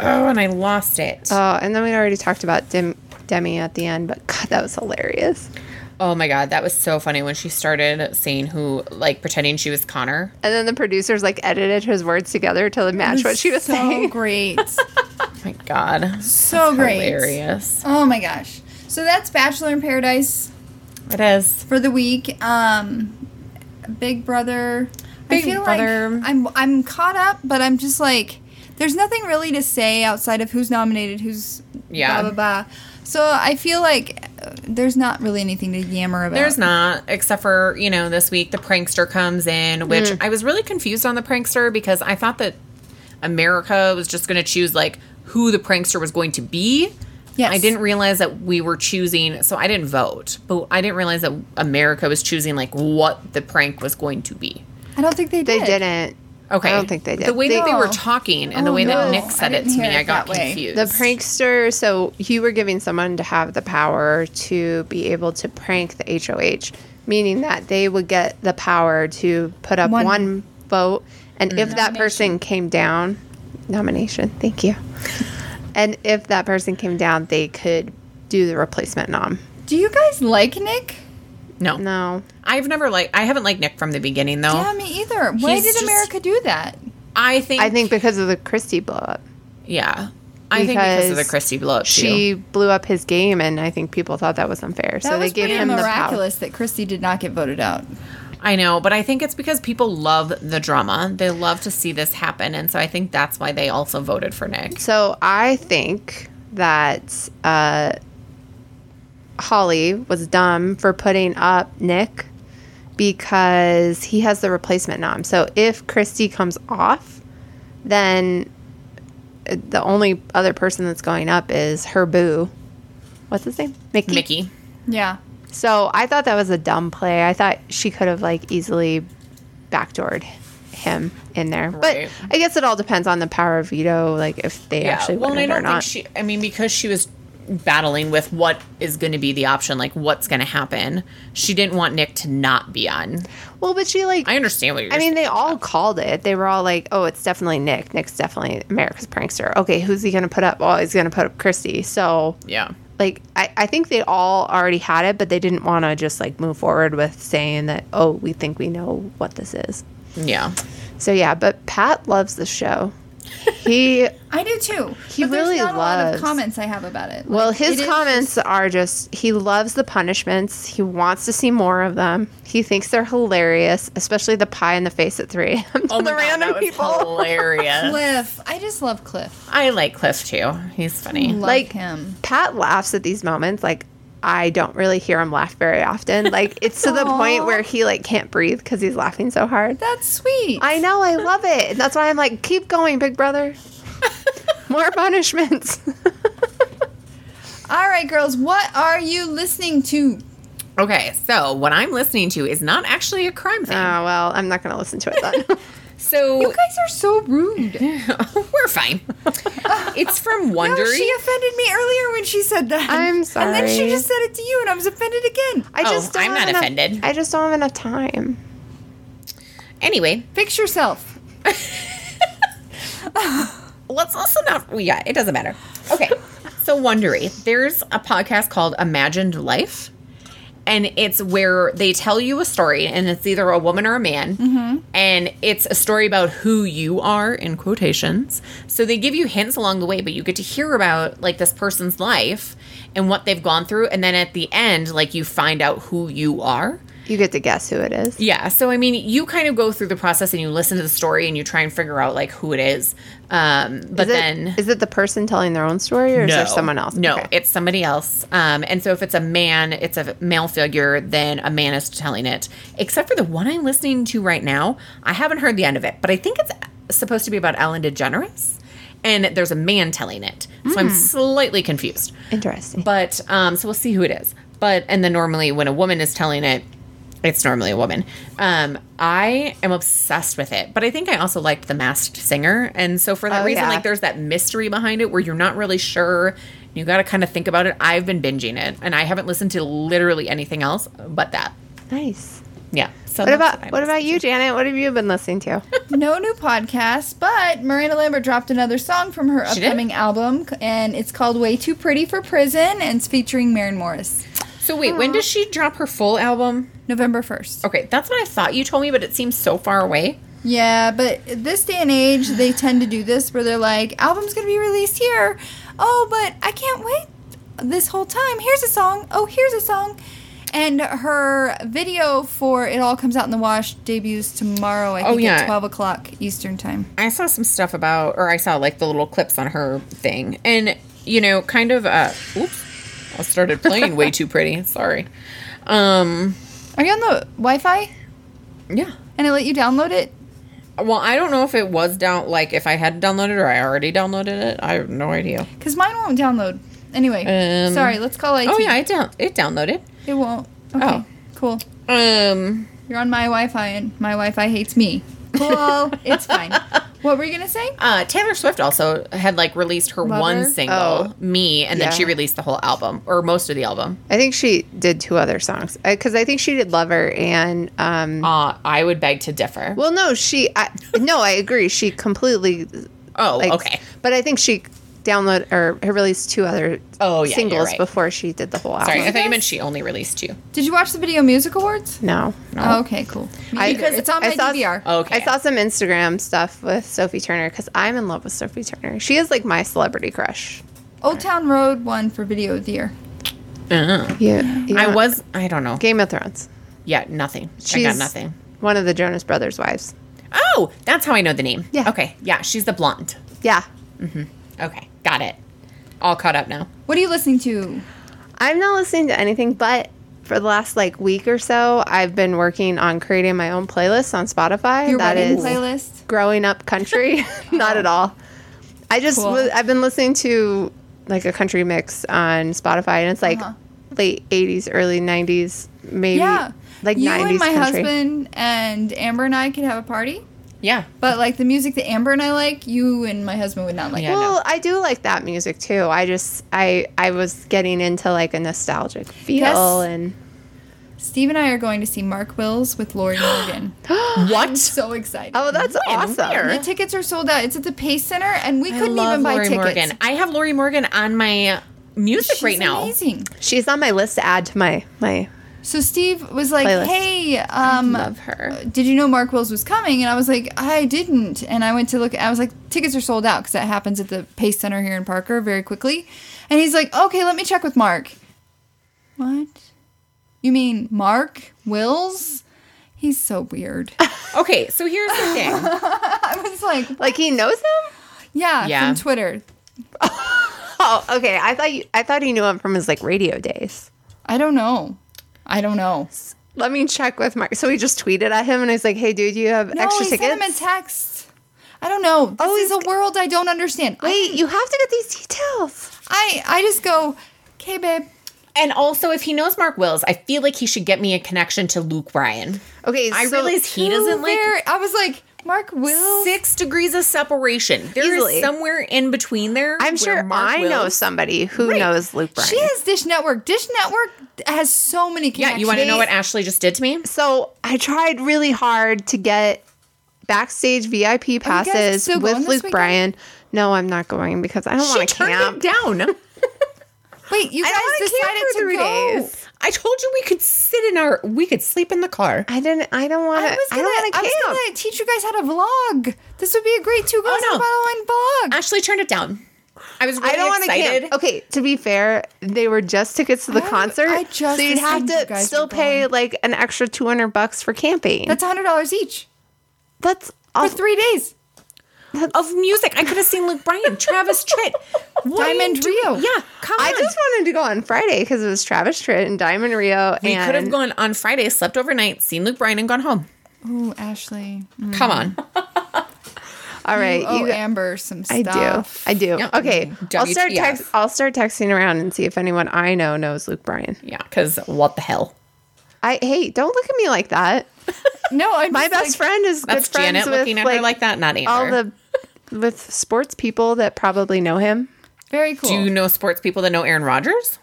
[SPEAKER 3] Oh, and I lost it.
[SPEAKER 2] Oh, and then we already talked about Dim- Demi at the end, but God, that was hilarious.
[SPEAKER 3] oh my god, that was so funny when she started saying who, like pretending she was Connor.
[SPEAKER 2] And then the producers like edited his words together to match what she was
[SPEAKER 1] so
[SPEAKER 2] saying.
[SPEAKER 1] great.
[SPEAKER 3] Oh my god,
[SPEAKER 1] So great.
[SPEAKER 3] hilarious!
[SPEAKER 1] Oh my gosh. So that's Bachelor in Paradise
[SPEAKER 3] It is.
[SPEAKER 1] for the week. Um Big Brother. I
[SPEAKER 3] Big
[SPEAKER 1] feel
[SPEAKER 3] Brother.
[SPEAKER 1] like I'm I'm caught up, but I'm just like there's nothing really to say outside of who's nominated, who's
[SPEAKER 3] Yeah.
[SPEAKER 1] blah blah blah. So I feel like uh, there's not really anything to yammer about.
[SPEAKER 3] There's not, except for, you know, this week the prankster comes in, which
[SPEAKER 1] Mm.
[SPEAKER 3] I was really confused on the prankster because I thought that America was just going to choose, like, who the prankster was going to be.
[SPEAKER 1] Yes.
[SPEAKER 3] I didn't realize that we were choosing, so I didn't vote, but I didn't realize that America was choosing, like, what the prank was going to be.
[SPEAKER 1] I don't think they
[SPEAKER 2] They
[SPEAKER 1] did.
[SPEAKER 2] didn't.
[SPEAKER 3] Okay.
[SPEAKER 2] I don't think they did.
[SPEAKER 3] The way that they
[SPEAKER 1] No.
[SPEAKER 3] were talking and the
[SPEAKER 1] Oh,
[SPEAKER 3] way
[SPEAKER 1] no.
[SPEAKER 3] that Nick said
[SPEAKER 1] I
[SPEAKER 3] it
[SPEAKER 1] didn't
[SPEAKER 3] to me,
[SPEAKER 1] hear it
[SPEAKER 3] I got
[SPEAKER 1] that way.
[SPEAKER 3] confused.
[SPEAKER 2] The prankster, so you were giving someone to have the power to be able to prank the HOH, meaning that they would get the power to put up
[SPEAKER 1] One.
[SPEAKER 2] one, vote. And if that person came down, nomination, thank you. and if that person came down, they could do the replacement nom.
[SPEAKER 1] Do you guys like Nick?
[SPEAKER 3] No.
[SPEAKER 2] No.
[SPEAKER 3] I've never liked, I haven't liked Nick from the beginning, though.
[SPEAKER 1] Yeah, me either. Why
[SPEAKER 3] He's
[SPEAKER 1] did
[SPEAKER 3] just-
[SPEAKER 1] America do that?
[SPEAKER 3] I think,
[SPEAKER 2] I think because of the Christie blow up.
[SPEAKER 3] yeah. I think because of the
[SPEAKER 2] Because
[SPEAKER 3] Christie blow up,
[SPEAKER 2] She blew up his game, and I think people thought that was unfair.
[SPEAKER 1] That was
[SPEAKER 2] so they gave
[SPEAKER 1] pretty
[SPEAKER 2] him
[SPEAKER 1] miraculous that Christy did not get voted out.
[SPEAKER 3] I know, but I think it's because people love the drama. They love to see this happen. And so I think that's why they also voted for Nick.
[SPEAKER 2] the power. So I think that uh, Holly was dumb for putting up Nick because he has the replacement nom. So if Christy comes off, then uh, the only other person that's going up is her boo. What's his name? Mickey.
[SPEAKER 3] Mickey.
[SPEAKER 1] Yeah.
[SPEAKER 2] So I thought that was a dumb play. I thought she could have like easily backdoored him in there.
[SPEAKER 3] Right.
[SPEAKER 2] But I guess it all depends on the power of veto, like if they actually
[SPEAKER 3] well,
[SPEAKER 2] win
[SPEAKER 3] and I
[SPEAKER 2] it or
[SPEAKER 3] don't think
[SPEAKER 2] not.
[SPEAKER 3] she, I mean, because she was battling with what is going to be the option, like what's going to happen, she didn't want Nick to not be on.
[SPEAKER 2] well, but she like
[SPEAKER 3] I
[SPEAKER 2] I,
[SPEAKER 3] understand what you're
[SPEAKER 2] mean they all called it. They were all like, "Oh, it's definitely Nick. Nick's definitely America's prankster." Okay, who's he going to put up? Oh, he's going to put up Christy. So
[SPEAKER 3] Yeah.
[SPEAKER 2] like I, I think they all already had it, but they didn't want to just like move forward with saying that, "Oh, we think we know what this is."
[SPEAKER 3] Yeah.
[SPEAKER 2] So yeah, but Pat loves the show. He
[SPEAKER 1] I do too.
[SPEAKER 2] He
[SPEAKER 1] but there's
[SPEAKER 2] really
[SPEAKER 1] not a lot of
[SPEAKER 2] loves-
[SPEAKER 1] comments I have about it.
[SPEAKER 2] Well,
[SPEAKER 1] Like,
[SPEAKER 2] his
[SPEAKER 1] it is
[SPEAKER 2] comments are just he loves the punishments. He wants to see more of them. He thinks they're hilarious, especially the pie in the face at 3 a.m.
[SPEAKER 3] Oh
[SPEAKER 2] to the random people.
[SPEAKER 3] hilarious.
[SPEAKER 1] Cliff. I just love Cliff.
[SPEAKER 3] I like Cliff too. He's funny.
[SPEAKER 1] Love
[SPEAKER 2] Like-
[SPEAKER 1] him.
[SPEAKER 2] Pat laughs at these moments. Like, I don't really hear him laugh very often. Like, it's to the point
[SPEAKER 1] Aw.
[SPEAKER 2] where he like can't breathe because he's laughing so hard.
[SPEAKER 1] That's sweet.
[SPEAKER 2] I know, I love it. And that's why I'm like, keep going, big brother. More punishments. Oh,
[SPEAKER 1] All right, girls. What are you listening to?
[SPEAKER 3] Okay. So what I'm listening to is not actually a crime thing.
[SPEAKER 2] oh well, I'm not gonna listen to it then.
[SPEAKER 3] so
[SPEAKER 1] You guys are so rude.
[SPEAKER 3] we're fine. it's from
[SPEAKER 1] No,
[SPEAKER 3] Wondery.
[SPEAKER 1] she offended me earlier when she said that.
[SPEAKER 2] I'm
[SPEAKER 1] And then she
[SPEAKER 2] sorry.
[SPEAKER 1] just said it to you, and I was offended again.
[SPEAKER 2] I
[SPEAKER 3] Oh,
[SPEAKER 2] just don't
[SPEAKER 3] I'm
[SPEAKER 2] have
[SPEAKER 3] not
[SPEAKER 2] enough-
[SPEAKER 3] offended.
[SPEAKER 2] I just don't have enough time.
[SPEAKER 3] Anyway,
[SPEAKER 1] Fix yourself.
[SPEAKER 3] let's also not. well, Yeah, it doesn't matter. Okay, so Wondery, there's a podcast called Imagined Life, and it's where they tell you a story, and it's either a woman or a man,
[SPEAKER 1] Mm-hmm.
[SPEAKER 3] and it's a story about who you are in quotations. So they give you hints along the way, but you get to hear about like this person's life and what they've gone through, and then at the end, like you find out who you are.
[SPEAKER 2] You get to guess who it is.
[SPEAKER 3] Yeah. So I mean, you kind of go through the process and you listen to the story and you try and figure out like who it is. Um, but
[SPEAKER 2] is it,
[SPEAKER 3] then
[SPEAKER 2] is it the person telling their own story, or is there someone else?
[SPEAKER 3] No,
[SPEAKER 2] Okay.
[SPEAKER 3] it's somebody else. Um, and so if it's a man, it's a male figure, then a man is telling it. Except for the one I'm listening to right now, I haven't heard the end of it, but I think it's supposed to be about Ellen DeGeneres. And
[SPEAKER 2] Hmm.
[SPEAKER 3] there's a man telling it. So I'm slightly confused.
[SPEAKER 2] interesting.
[SPEAKER 3] But um, so we'll see who it is. But and then normally when a woman is telling it, it's normally a woman. Um, I am obsessed with it, but I think I also liked The Masked Singer, and so for that
[SPEAKER 2] Oh,
[SPEAKER 3] reason,
[SPEAKER 2] yeah.
[SPEAKER 3] like there's that mystery behind it where you're not really sure. You got to kind of think about it. I've been binging it, and I haven't listened to literally anything else but that.
[SPEAKER 2] Nice.
[SPEAKER 3] Yeah. So that's
[SPEAKER 2] What
[SPEAKER 3] I
[SPEAKER 2] about what
[SPEAKER 3] was-
[SPEAKER 2] about you, Janet? What have you been listening to?
[SPEAKER 1] no new podcast, but Miranda Lambert dropped another song from her
[SPEAKER 3] She did?
[SPEAKER 1] upcoming album, c- and it's called "Way Too Pretty for Prison," and it's featuring Maren Morris.
[SPEAKER 3] So wait, when does she drop her full album?
[SPEAKER 1] November first.
[SPEAKER 3] Okay, that's what I thought you told me, but it seems so far away.
[SPEAKER 1] Yeah, but this day and age, they tend to do this where they're like, "Album's gonna be released here." Oh, but I can't wait this whole time. Here's a song. Oh, here's a song. And her video for "It All Comes Out in the Wash" debuts tomorrow. I think
[SPEAKER 3] Oh, yeah.
[SPEAKER 1] at twelve o'clock Eastern time.
[SPEAKER 3] I saw some stuff about, or I saw like the little clips on her thing, and you know, kind of. Uh, oops, I started playing way too pretty. Sorry. Um,
[SPEAKER 1] Are you on the Wi-Fi?
[SPEAKER 3] yeah.
[SPEAKER 1] And I let you download it.
[SPEAKER 3] Well, I don't know if it was down, like if I had downloaded or I already downloaded it. I have no idea.
[SPEAKER 1] Because mine won't download. Anyway,
[SPEAKER 3] Um,
[SPEAKER 1] sorry, let's call IT.
[SPEAKER 3] Oh yeah, it down, it downloaded.
[SPEAKER 1] It won't. Okay,
[SPEAKER 3] Oh.
[SPEAKER 1] cool.
[SPEAKER 3] Um,
[SPEAKER 1] You're on my Wi Fi, and my Wi Fi hates me. Cool. it's fine. What were you going to say?
[SPEAKER 3] Uh, Taylor Swift also had like released her
[SPEAKER 1] Lover?
[SPEAKER 3] one single,
[SPEAKER 2] Oh.
[SPEAKER 3] "Me," and then
[SPEAKER 2] Yeah.
[SPEAKER 3] she released the whole album or most of the album.
[SPEAKER 2] I think she did two other songs because I think she did Lover and um.
[SPEAKER 3] Uh, I would beg to differ.
[SPEAKER 2] Well, no, she. I, no, I agree. She completely.
[SPEAKER 3] oh,
[SPEAKER 2] Like,
[SPEAKER 3] okay.
[SPEAKER 2] But I think she download or released two other
[SPEAKER 3] Oh, yeah, you're
[SPEAKER 2] singles
[SPEAKER 3] right.
[SPEAKER 2] before she did the whole album.
[SPEAKER 3] Sorry, I thought
[SPEAKER 1] guys-
[SPEAKER 3] you meant she only released two.
[SPEAKER 1] Did you watch the Video Music Awards?
[SPEAKER 2] No.
[SPEAKER 1] Oh, okay, cool.
[SPEAKER 2] I-
[SPEAKER 1] because it's on my
[SPEAKER 2] I saw-
[SPEAKER 1] DVR.
[SPEAKER 3] Okay.
[SPEAKER 2] I saw some Instagram stuff with Sophie Turner because I'm in love with Sophie Turner. She is like my celebrity crush.
[SPEAKER 1] Old Town Road won for Video of the Year.
[SPEAKER 3] Uh,
[SPEAKER 2] Yeah,
[SPEAKER 3] I was. I don't know.
[SPEAKER 2] Game of Thrones.
[SPEAKER 3] Yeah, nothing.
[SPEAKER 2] She's
[SPEAKER 3] I got nothing.
[SPEAKER 2] One of the Jonas Brothers' wives.
[SPEAKER 3] Oh, that's how I know the name.
[SPEAKER 2] Yeah.
[SPEAKER 3] Okay. Yeah, she's the blonde.
[SPEAKER 2] Yeah,
[SPEAKER 3] Okay, got it. All caught up now.
[SPEAKER 1] What are you listening to?
[SPEAKER 2] I'm not listening to anything, but for the last like week or so, I've been working on creating my own playlist on Spotify.
[SPEAKER 1] Your
[SPEAKER 2] That
[SPEAKER 1] wedding
[SPEAKER 2] is
[SPEAKER 1] playlist?
[SPEAKER 2] growing up country. not at all. I just
[SPEAKER 1] Cool.
[SPEAKER 2] was, I've been listening to like a country mix on Spotify, and it's like
[SPEAKER 1] Uh-huh.
[SPEAKER 2] late '80s, early '90s, maybe
[SPEAKER 1] Yeah.
[SPEAKER 2] like
[SPEAKER 1] you
[SPEAKER 2] '90s
[SPEAKER 1] and my
[SPEAKER 2] country.
[SPEAKER 1] husband and Amber and I could have a party.
[SPEAKER 3] Yeah.
[SPEAKER 1] But like the music that Amber and I like, you and my husband would not like.
[SPEAKER 3] Yeah. I
[SPEAKER 2] well, I do like that music too. I just I I was getting into like a nostalgic feel
[SPEAKER 1] Yes.
[SPEAKER 2] and
[SPEAKER 1] Steve and I are going to see Mark Wills with Lori Morgan. I'm
[SPEAKER 3] What?
[SPEAKER 1] so excited.
[SPEAKER 2] oh, that's awesome.
[SPEAKER 3] Where?
[SPEAKER 1] The tickets are sold out. It's at the Pace Center, and we
[SPEAKER 3] I
[SPEAKER 1] couldn't
[SPEAKER 3] love
[SPEAKER 1] even buy
[SPEAKER 3] Lori
[SPEAKER 1] tickets.
[SPEAKER 3] Morgan. I have Lori Morgan on my music
[SPEAKER 1] She's
[SPEAKER 3] right now.
[SPEAKER 1] amazing.
[SPEAKER 2] She's on my list to add to my my.
[SPEAKER 1] So Steve was like,
[SPEAKER 2] Playlist.
[SPEAKER 1] "Hey, um,
[SPEAKER 3] Love her.
[SPEAKER 1] did you know Mark Wills was coming?" And I was like, "I didn't." And I went to look. I was like, "Tickets are sold out" because that happens at the Pace Center here in Parker very quickly. And he's like, "Okay, let me check with Mark." What? You mean Mark Wills? He's so weird.
[SPEAKER 3] Okay, so here's the thing.
[SPEAKER 1] I was like,
[SPEAKER 2] Like he knows him.
[SPEAKER 1] "Yeah,
[SPEAKER 3] Yeah.
[SPEAKER 1] from Twitter."
[SPEAKER 2] Oh, okay. I thought you, I thought he knew him from his like radio days.
[SPEAKER 1] I don't know. I don't know.
[SPEAKER 2] Let me check with Mark. So he just tweeted at him and he's like, "Hey, dude, you have
[SPEAKER 1] No,
[SPEAKER 2] extra
[SPEAKER 1] he
[SPEAKER 2] tickets?"
[SPEAKER 1] sent him a text. I don't know. This
[SPEAKER 2] Oh,
[SPEAKER 1] is
[SPEAKER 2] he's-
[SPEAKER 1] a world I don't understand.
[SPEAKER 2] Wait, you have to get these details.
[SPEAKER 1] I, I just go, okay, babe.
[SPEAKER 3] And also, if he knows Mark Wills, I feel like he should get me a connection to Luke Bryan.
[SPEAKER 2] Okay,
[SPEAKER 3] I
[SPEAKER 2] so
[SPEAKER 3] realize he doesn't
[SPEAKER 1] Ooh,
[SPEAKER 3] like
[SPEAKER 1] very- I was like, Mark Will.
[SPEAKER 3] six degrees of separation. There is
[SPEAKER 2] Easily.
[SPEAKER 3] somewhere in between there.
[SPEAKER 2] I'm
[SPEAKER 3] where
[SPEAKER 2] sure
[SPEAKER 3] Mark
[SPEAKER 2] I know
[SPEAKER 3] Wills-
[SPEAKER 2] somebody who
[SPEAKER 3] Right.
[SPEAKER 2] knows Luke Bryan.
[SPEAKER 1] She has Dish Network. Dish Network has so many
[SPEAKER 3] Yeah,
[SPEAKER 1] connections.
[SPEAKER 3] you want to know what Ashley just did to me?
[SPEAKER 2] so I tried really hard to get backstage VIP passes
[SPEAKER 1] still going
[SPEAKER 2] with
[SPEAKER 1] this
[SPEAKER 2] Luke
[SPEAKER 1] weekend?
[SPEAKER 2] Bryan. No, I'm not going because I don't
[SPEAKER 3] She
[SPEAKER 2] want to
[SPEAKER 3] turned
[SPEAKER 2] camp.
[SPEAKER 3] it down.
[SPEAKER 1] Wait, you
[SPEAKER 2] I
[SPEAKER 1] guys
[SPEAKER 2] don't want to camp
[SPEAKER 1] decided
[SPEAKER 2] for
[SPEAKER 1] to
[SPEAKER 2] three
[SPEAKER 1] go.
[SPEAKER 2] days.
[SPEAKER 3] I told you we could sit in our, we could sleep in the car.
[SPEAKER 2] I didn't. I don't want
[SPEAKER 1] I
[SPEAKER 2] to.
[SPEAKER 1] was
[SPEAKER 2] I
[SPEAKER 1] gonna,
[SPEAKER 2] don't
[SPEAKER 1] I,
[SPEAKER 2] want to camp.
[SPEAKER 1] was gonna teach you guys how to vlog. This would be a great two girls
[SPEAKER 3] no.
[SPEAKER 1] and a bottle and vlog.
[SPEAKER 3] Ashley turned it down. I was really
[SPEAKER 2] I don't want to
[SPEAKER 3] excited.
[SPEAKER 2] camp. Okay, to be fair, they were just tickets to the
[SPEAKER 1] I-
[SPEAKER 2] concert,
[SPEAKER 1] I just
[SPEAKER 2] so you'd have
[SPEAKER 1] assumed you
[SPEAKER 2] to
[SPEAKER 1] guys
[SPEAKER 2] still
[SPEAKER 1] were
[SPEAKER 2] pay like an extra two hundred bucks for camping.
[SPEAKER 1] That's hundred dollars each
[SPEAKER 2] That's
[SPEAKER 1] for
[SPEAKER 2] awful.
[SPEAKER 1] three days.
[SPEAKER 3] Of music, I could have seen Luke Bryan, Travis Tritt, What are you
[SPEAKER 1] Diamond
[SPEAKER 3] doing?
[SPEAKER 1] Rio.
[SPEAKER 3] Yeah, come
[SPEAKER 2] I
[SPEAKER 3] on.
[SPEAKER 2] just wanted to go on Friday because it was Travis Tritt and Diamond Rio.
[SPEAKER 3] we
[SPEAKER 2] and
[SPEAKER 3] could have gone on Friday, slept overnight, seen Luke Bryan, and gone home.
[SPEAKER 1] Ooh, Ashley.
[SPEAKER 3] Come on.
[SPEAKER 2] All right,
[SPEAKER 1] You owe
[SPEAKER 2] you-
[SPEAKER 1] Oh, Amber some
[SPEAKER 2] I do.
[SPEAKER 1] stuff.
[SPEAKER 2] I do.
[SPEAKER 3] Yep.
[SPEAKER 2] Okay. I'll start
[SPEAKER 3] WTF.
[SPEAKER 2] text I'll start texting around and see if anyone I know knows Luke Bryan.
[SPEAKER 3] Yeah, because what the hell?
[SPEAKER 2] I hey, don't look at me like that.
[SPEAKER 1] No, I'm
[SPEAKER 2] My
[SPEAKER 1] just
[SPEAKER 2] best
[SPEAKER 1] like-
[SPEAKER 2] friend is good
[SPEAKER 3] That's
[SPEAKER 2] friends
[SPEAKER 3] Janet
[SPEAKER 2] with
[SPEAKER 3] looking at
[SPEAKER 2] like,
[SPEAKER 3] her like that, not Amber.
[SPEAKER 2] all the with sports people that probably know him.
[SPEAKER 1] Very cool.
[SPEAKER 3] Do you know sports people that know Aaron Rodgers?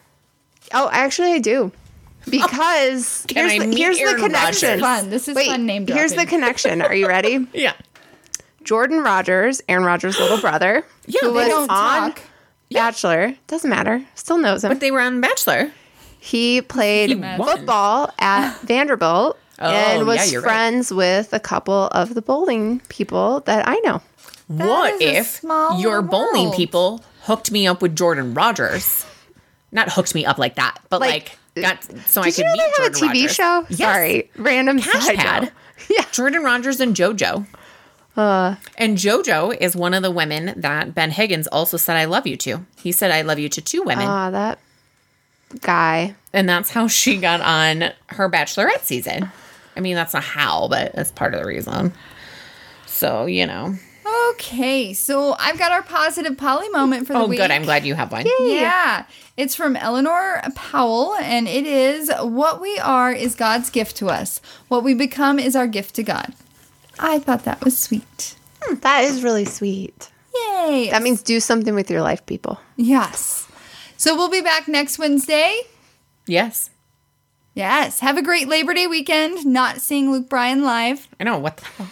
[SPEAKER 2] Oh, actually, I do. Because
[SPEAKER 3] Oh, Can
[SPEAKER 2] here's,
[SPEAKER 3] I
[SPEAKER 2] the,
[SPEAKER 3] meet
[SPEAKER 2] here's the
[SPEAKER 3] Aaron
[SPEAKER 2] connection.
[SPEAKER 3] Rodgers?
[SPEAKER 1] Fun. This is
[SPEAKER 2] Wait,
[SPEAKER 1] fun name
[SPEAKER 2] Here's the
[SPEAKER 1] dropping.
[SPEAKER 2] connection. Are you ready?
[SPEAKER 3] Yeah.
[SPEAKER 2] Jordan Rogers, Aaron Rodgers' little brother,
[SPEAKER 3] Yeah,
[SPEAKER 2] who
[SPEAKER 3] they
[SPEAKER 2] was
[SPEAKER 1] don't
[SPEAKER 2] on
[SPEAKER 1] talk.
[SPEAKER 2] Bachelor, doesn't matter, still knows him.
[SPEAKER 3] But they were on Bachelor.
[SPEAKER 2] He played
[SPEAKER 3] He won.
[SPEAKER 2] football at Vanderbilt
[SPEAKER 3] Oh,
[SPEAKER 2] and was
[SPEAKER 3] yeah, you're right.
[SPEAKER 2] friends with a couple of the bowling people that I
[SPEAKER 3] Oh,
[SPEAKER 2] know.
[SPEAKER 3] what
[SPEAKER 1] is a
[SPEAKER 3] if
[SPEAKER 1] small
[SPEAKER 3] your bowling
[SPEAKER 1] world.
[SPEAKER 3] people hooked me up with Jordan Rogers? Not hooked me up like that, but like,
[SPEAKER 2] Like, uh,
[SPEAKER 3] got so I
[SPEAKER 2] Did
[SPEAKER 3] could
[SPEAKER 2] you know
[SPEAKER 3] meet
[SPEAKER 2] they have
[SPEAKER 3] Jordan
[SPEAKER 2] a TV
[SPEAKER 3] Rogers.
[SPEAKER 2] show?
[SPEAKER 3] Yes.
[SPEAKER 2] Sorry, random side
[SPEAKER 3] Pad.
[SPEAKER 2] note. Yeah.
[SPEAKER 3] Jordan Rogers and JoJo.
[SPEAKER 2] Uh.
[SPEAKER 3] and JoJo is one of the women that Ben Higgins also said I love you to. He said I love you to two women,
[SPEAKER 2] Ah, that guy.
[SPEAKER 3] and that's how she got on her bachelorette season. I mean, that's not how, but that's part of the reason. So, you know.
[SPEAKER 1] Okay, so I've got our positive poly moment for the
[SPEAKER 3] Oh,
[SPEAKER 1] week.
[SPEAKER 3] good. I'm glad you have one.
[SPEAKER 1] Yeah. It's from Eleanor Powell, and it is What we are is God's gift to us. What we become is our gift to God. I thought that was sweet.
[SPEAKER 2] That is really sweet.
[SPEAKER 1] Yay.
[SPEAKER 2] That means do something with your life, people.
[SPEAKER 1] yes. So we'll be back next Wednesday.
[SPEAKER 3] Yes.
[SPEAKER 1] Yes. Have a great Labor Day weekend, not seeing Luke Bryan live.
[SPEAKER 3] I know. What the hell?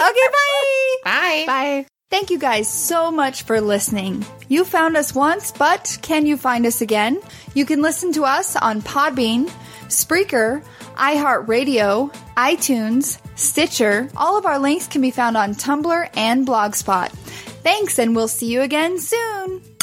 [SPEAKER 1] Okay, bye.
[SPEAKER 3] Bye.
[SPEAKER 2] Bye.
[SPEAKER 1] Thank you guys so much for listening. You found us once, but can you find us again? You can listen to us on Podbean, Spreaker, iHeartRadio, iTunes, Stitcher. All of our links can be found on Tumblr and Blogspot. Thanks, and we'll see you again soon.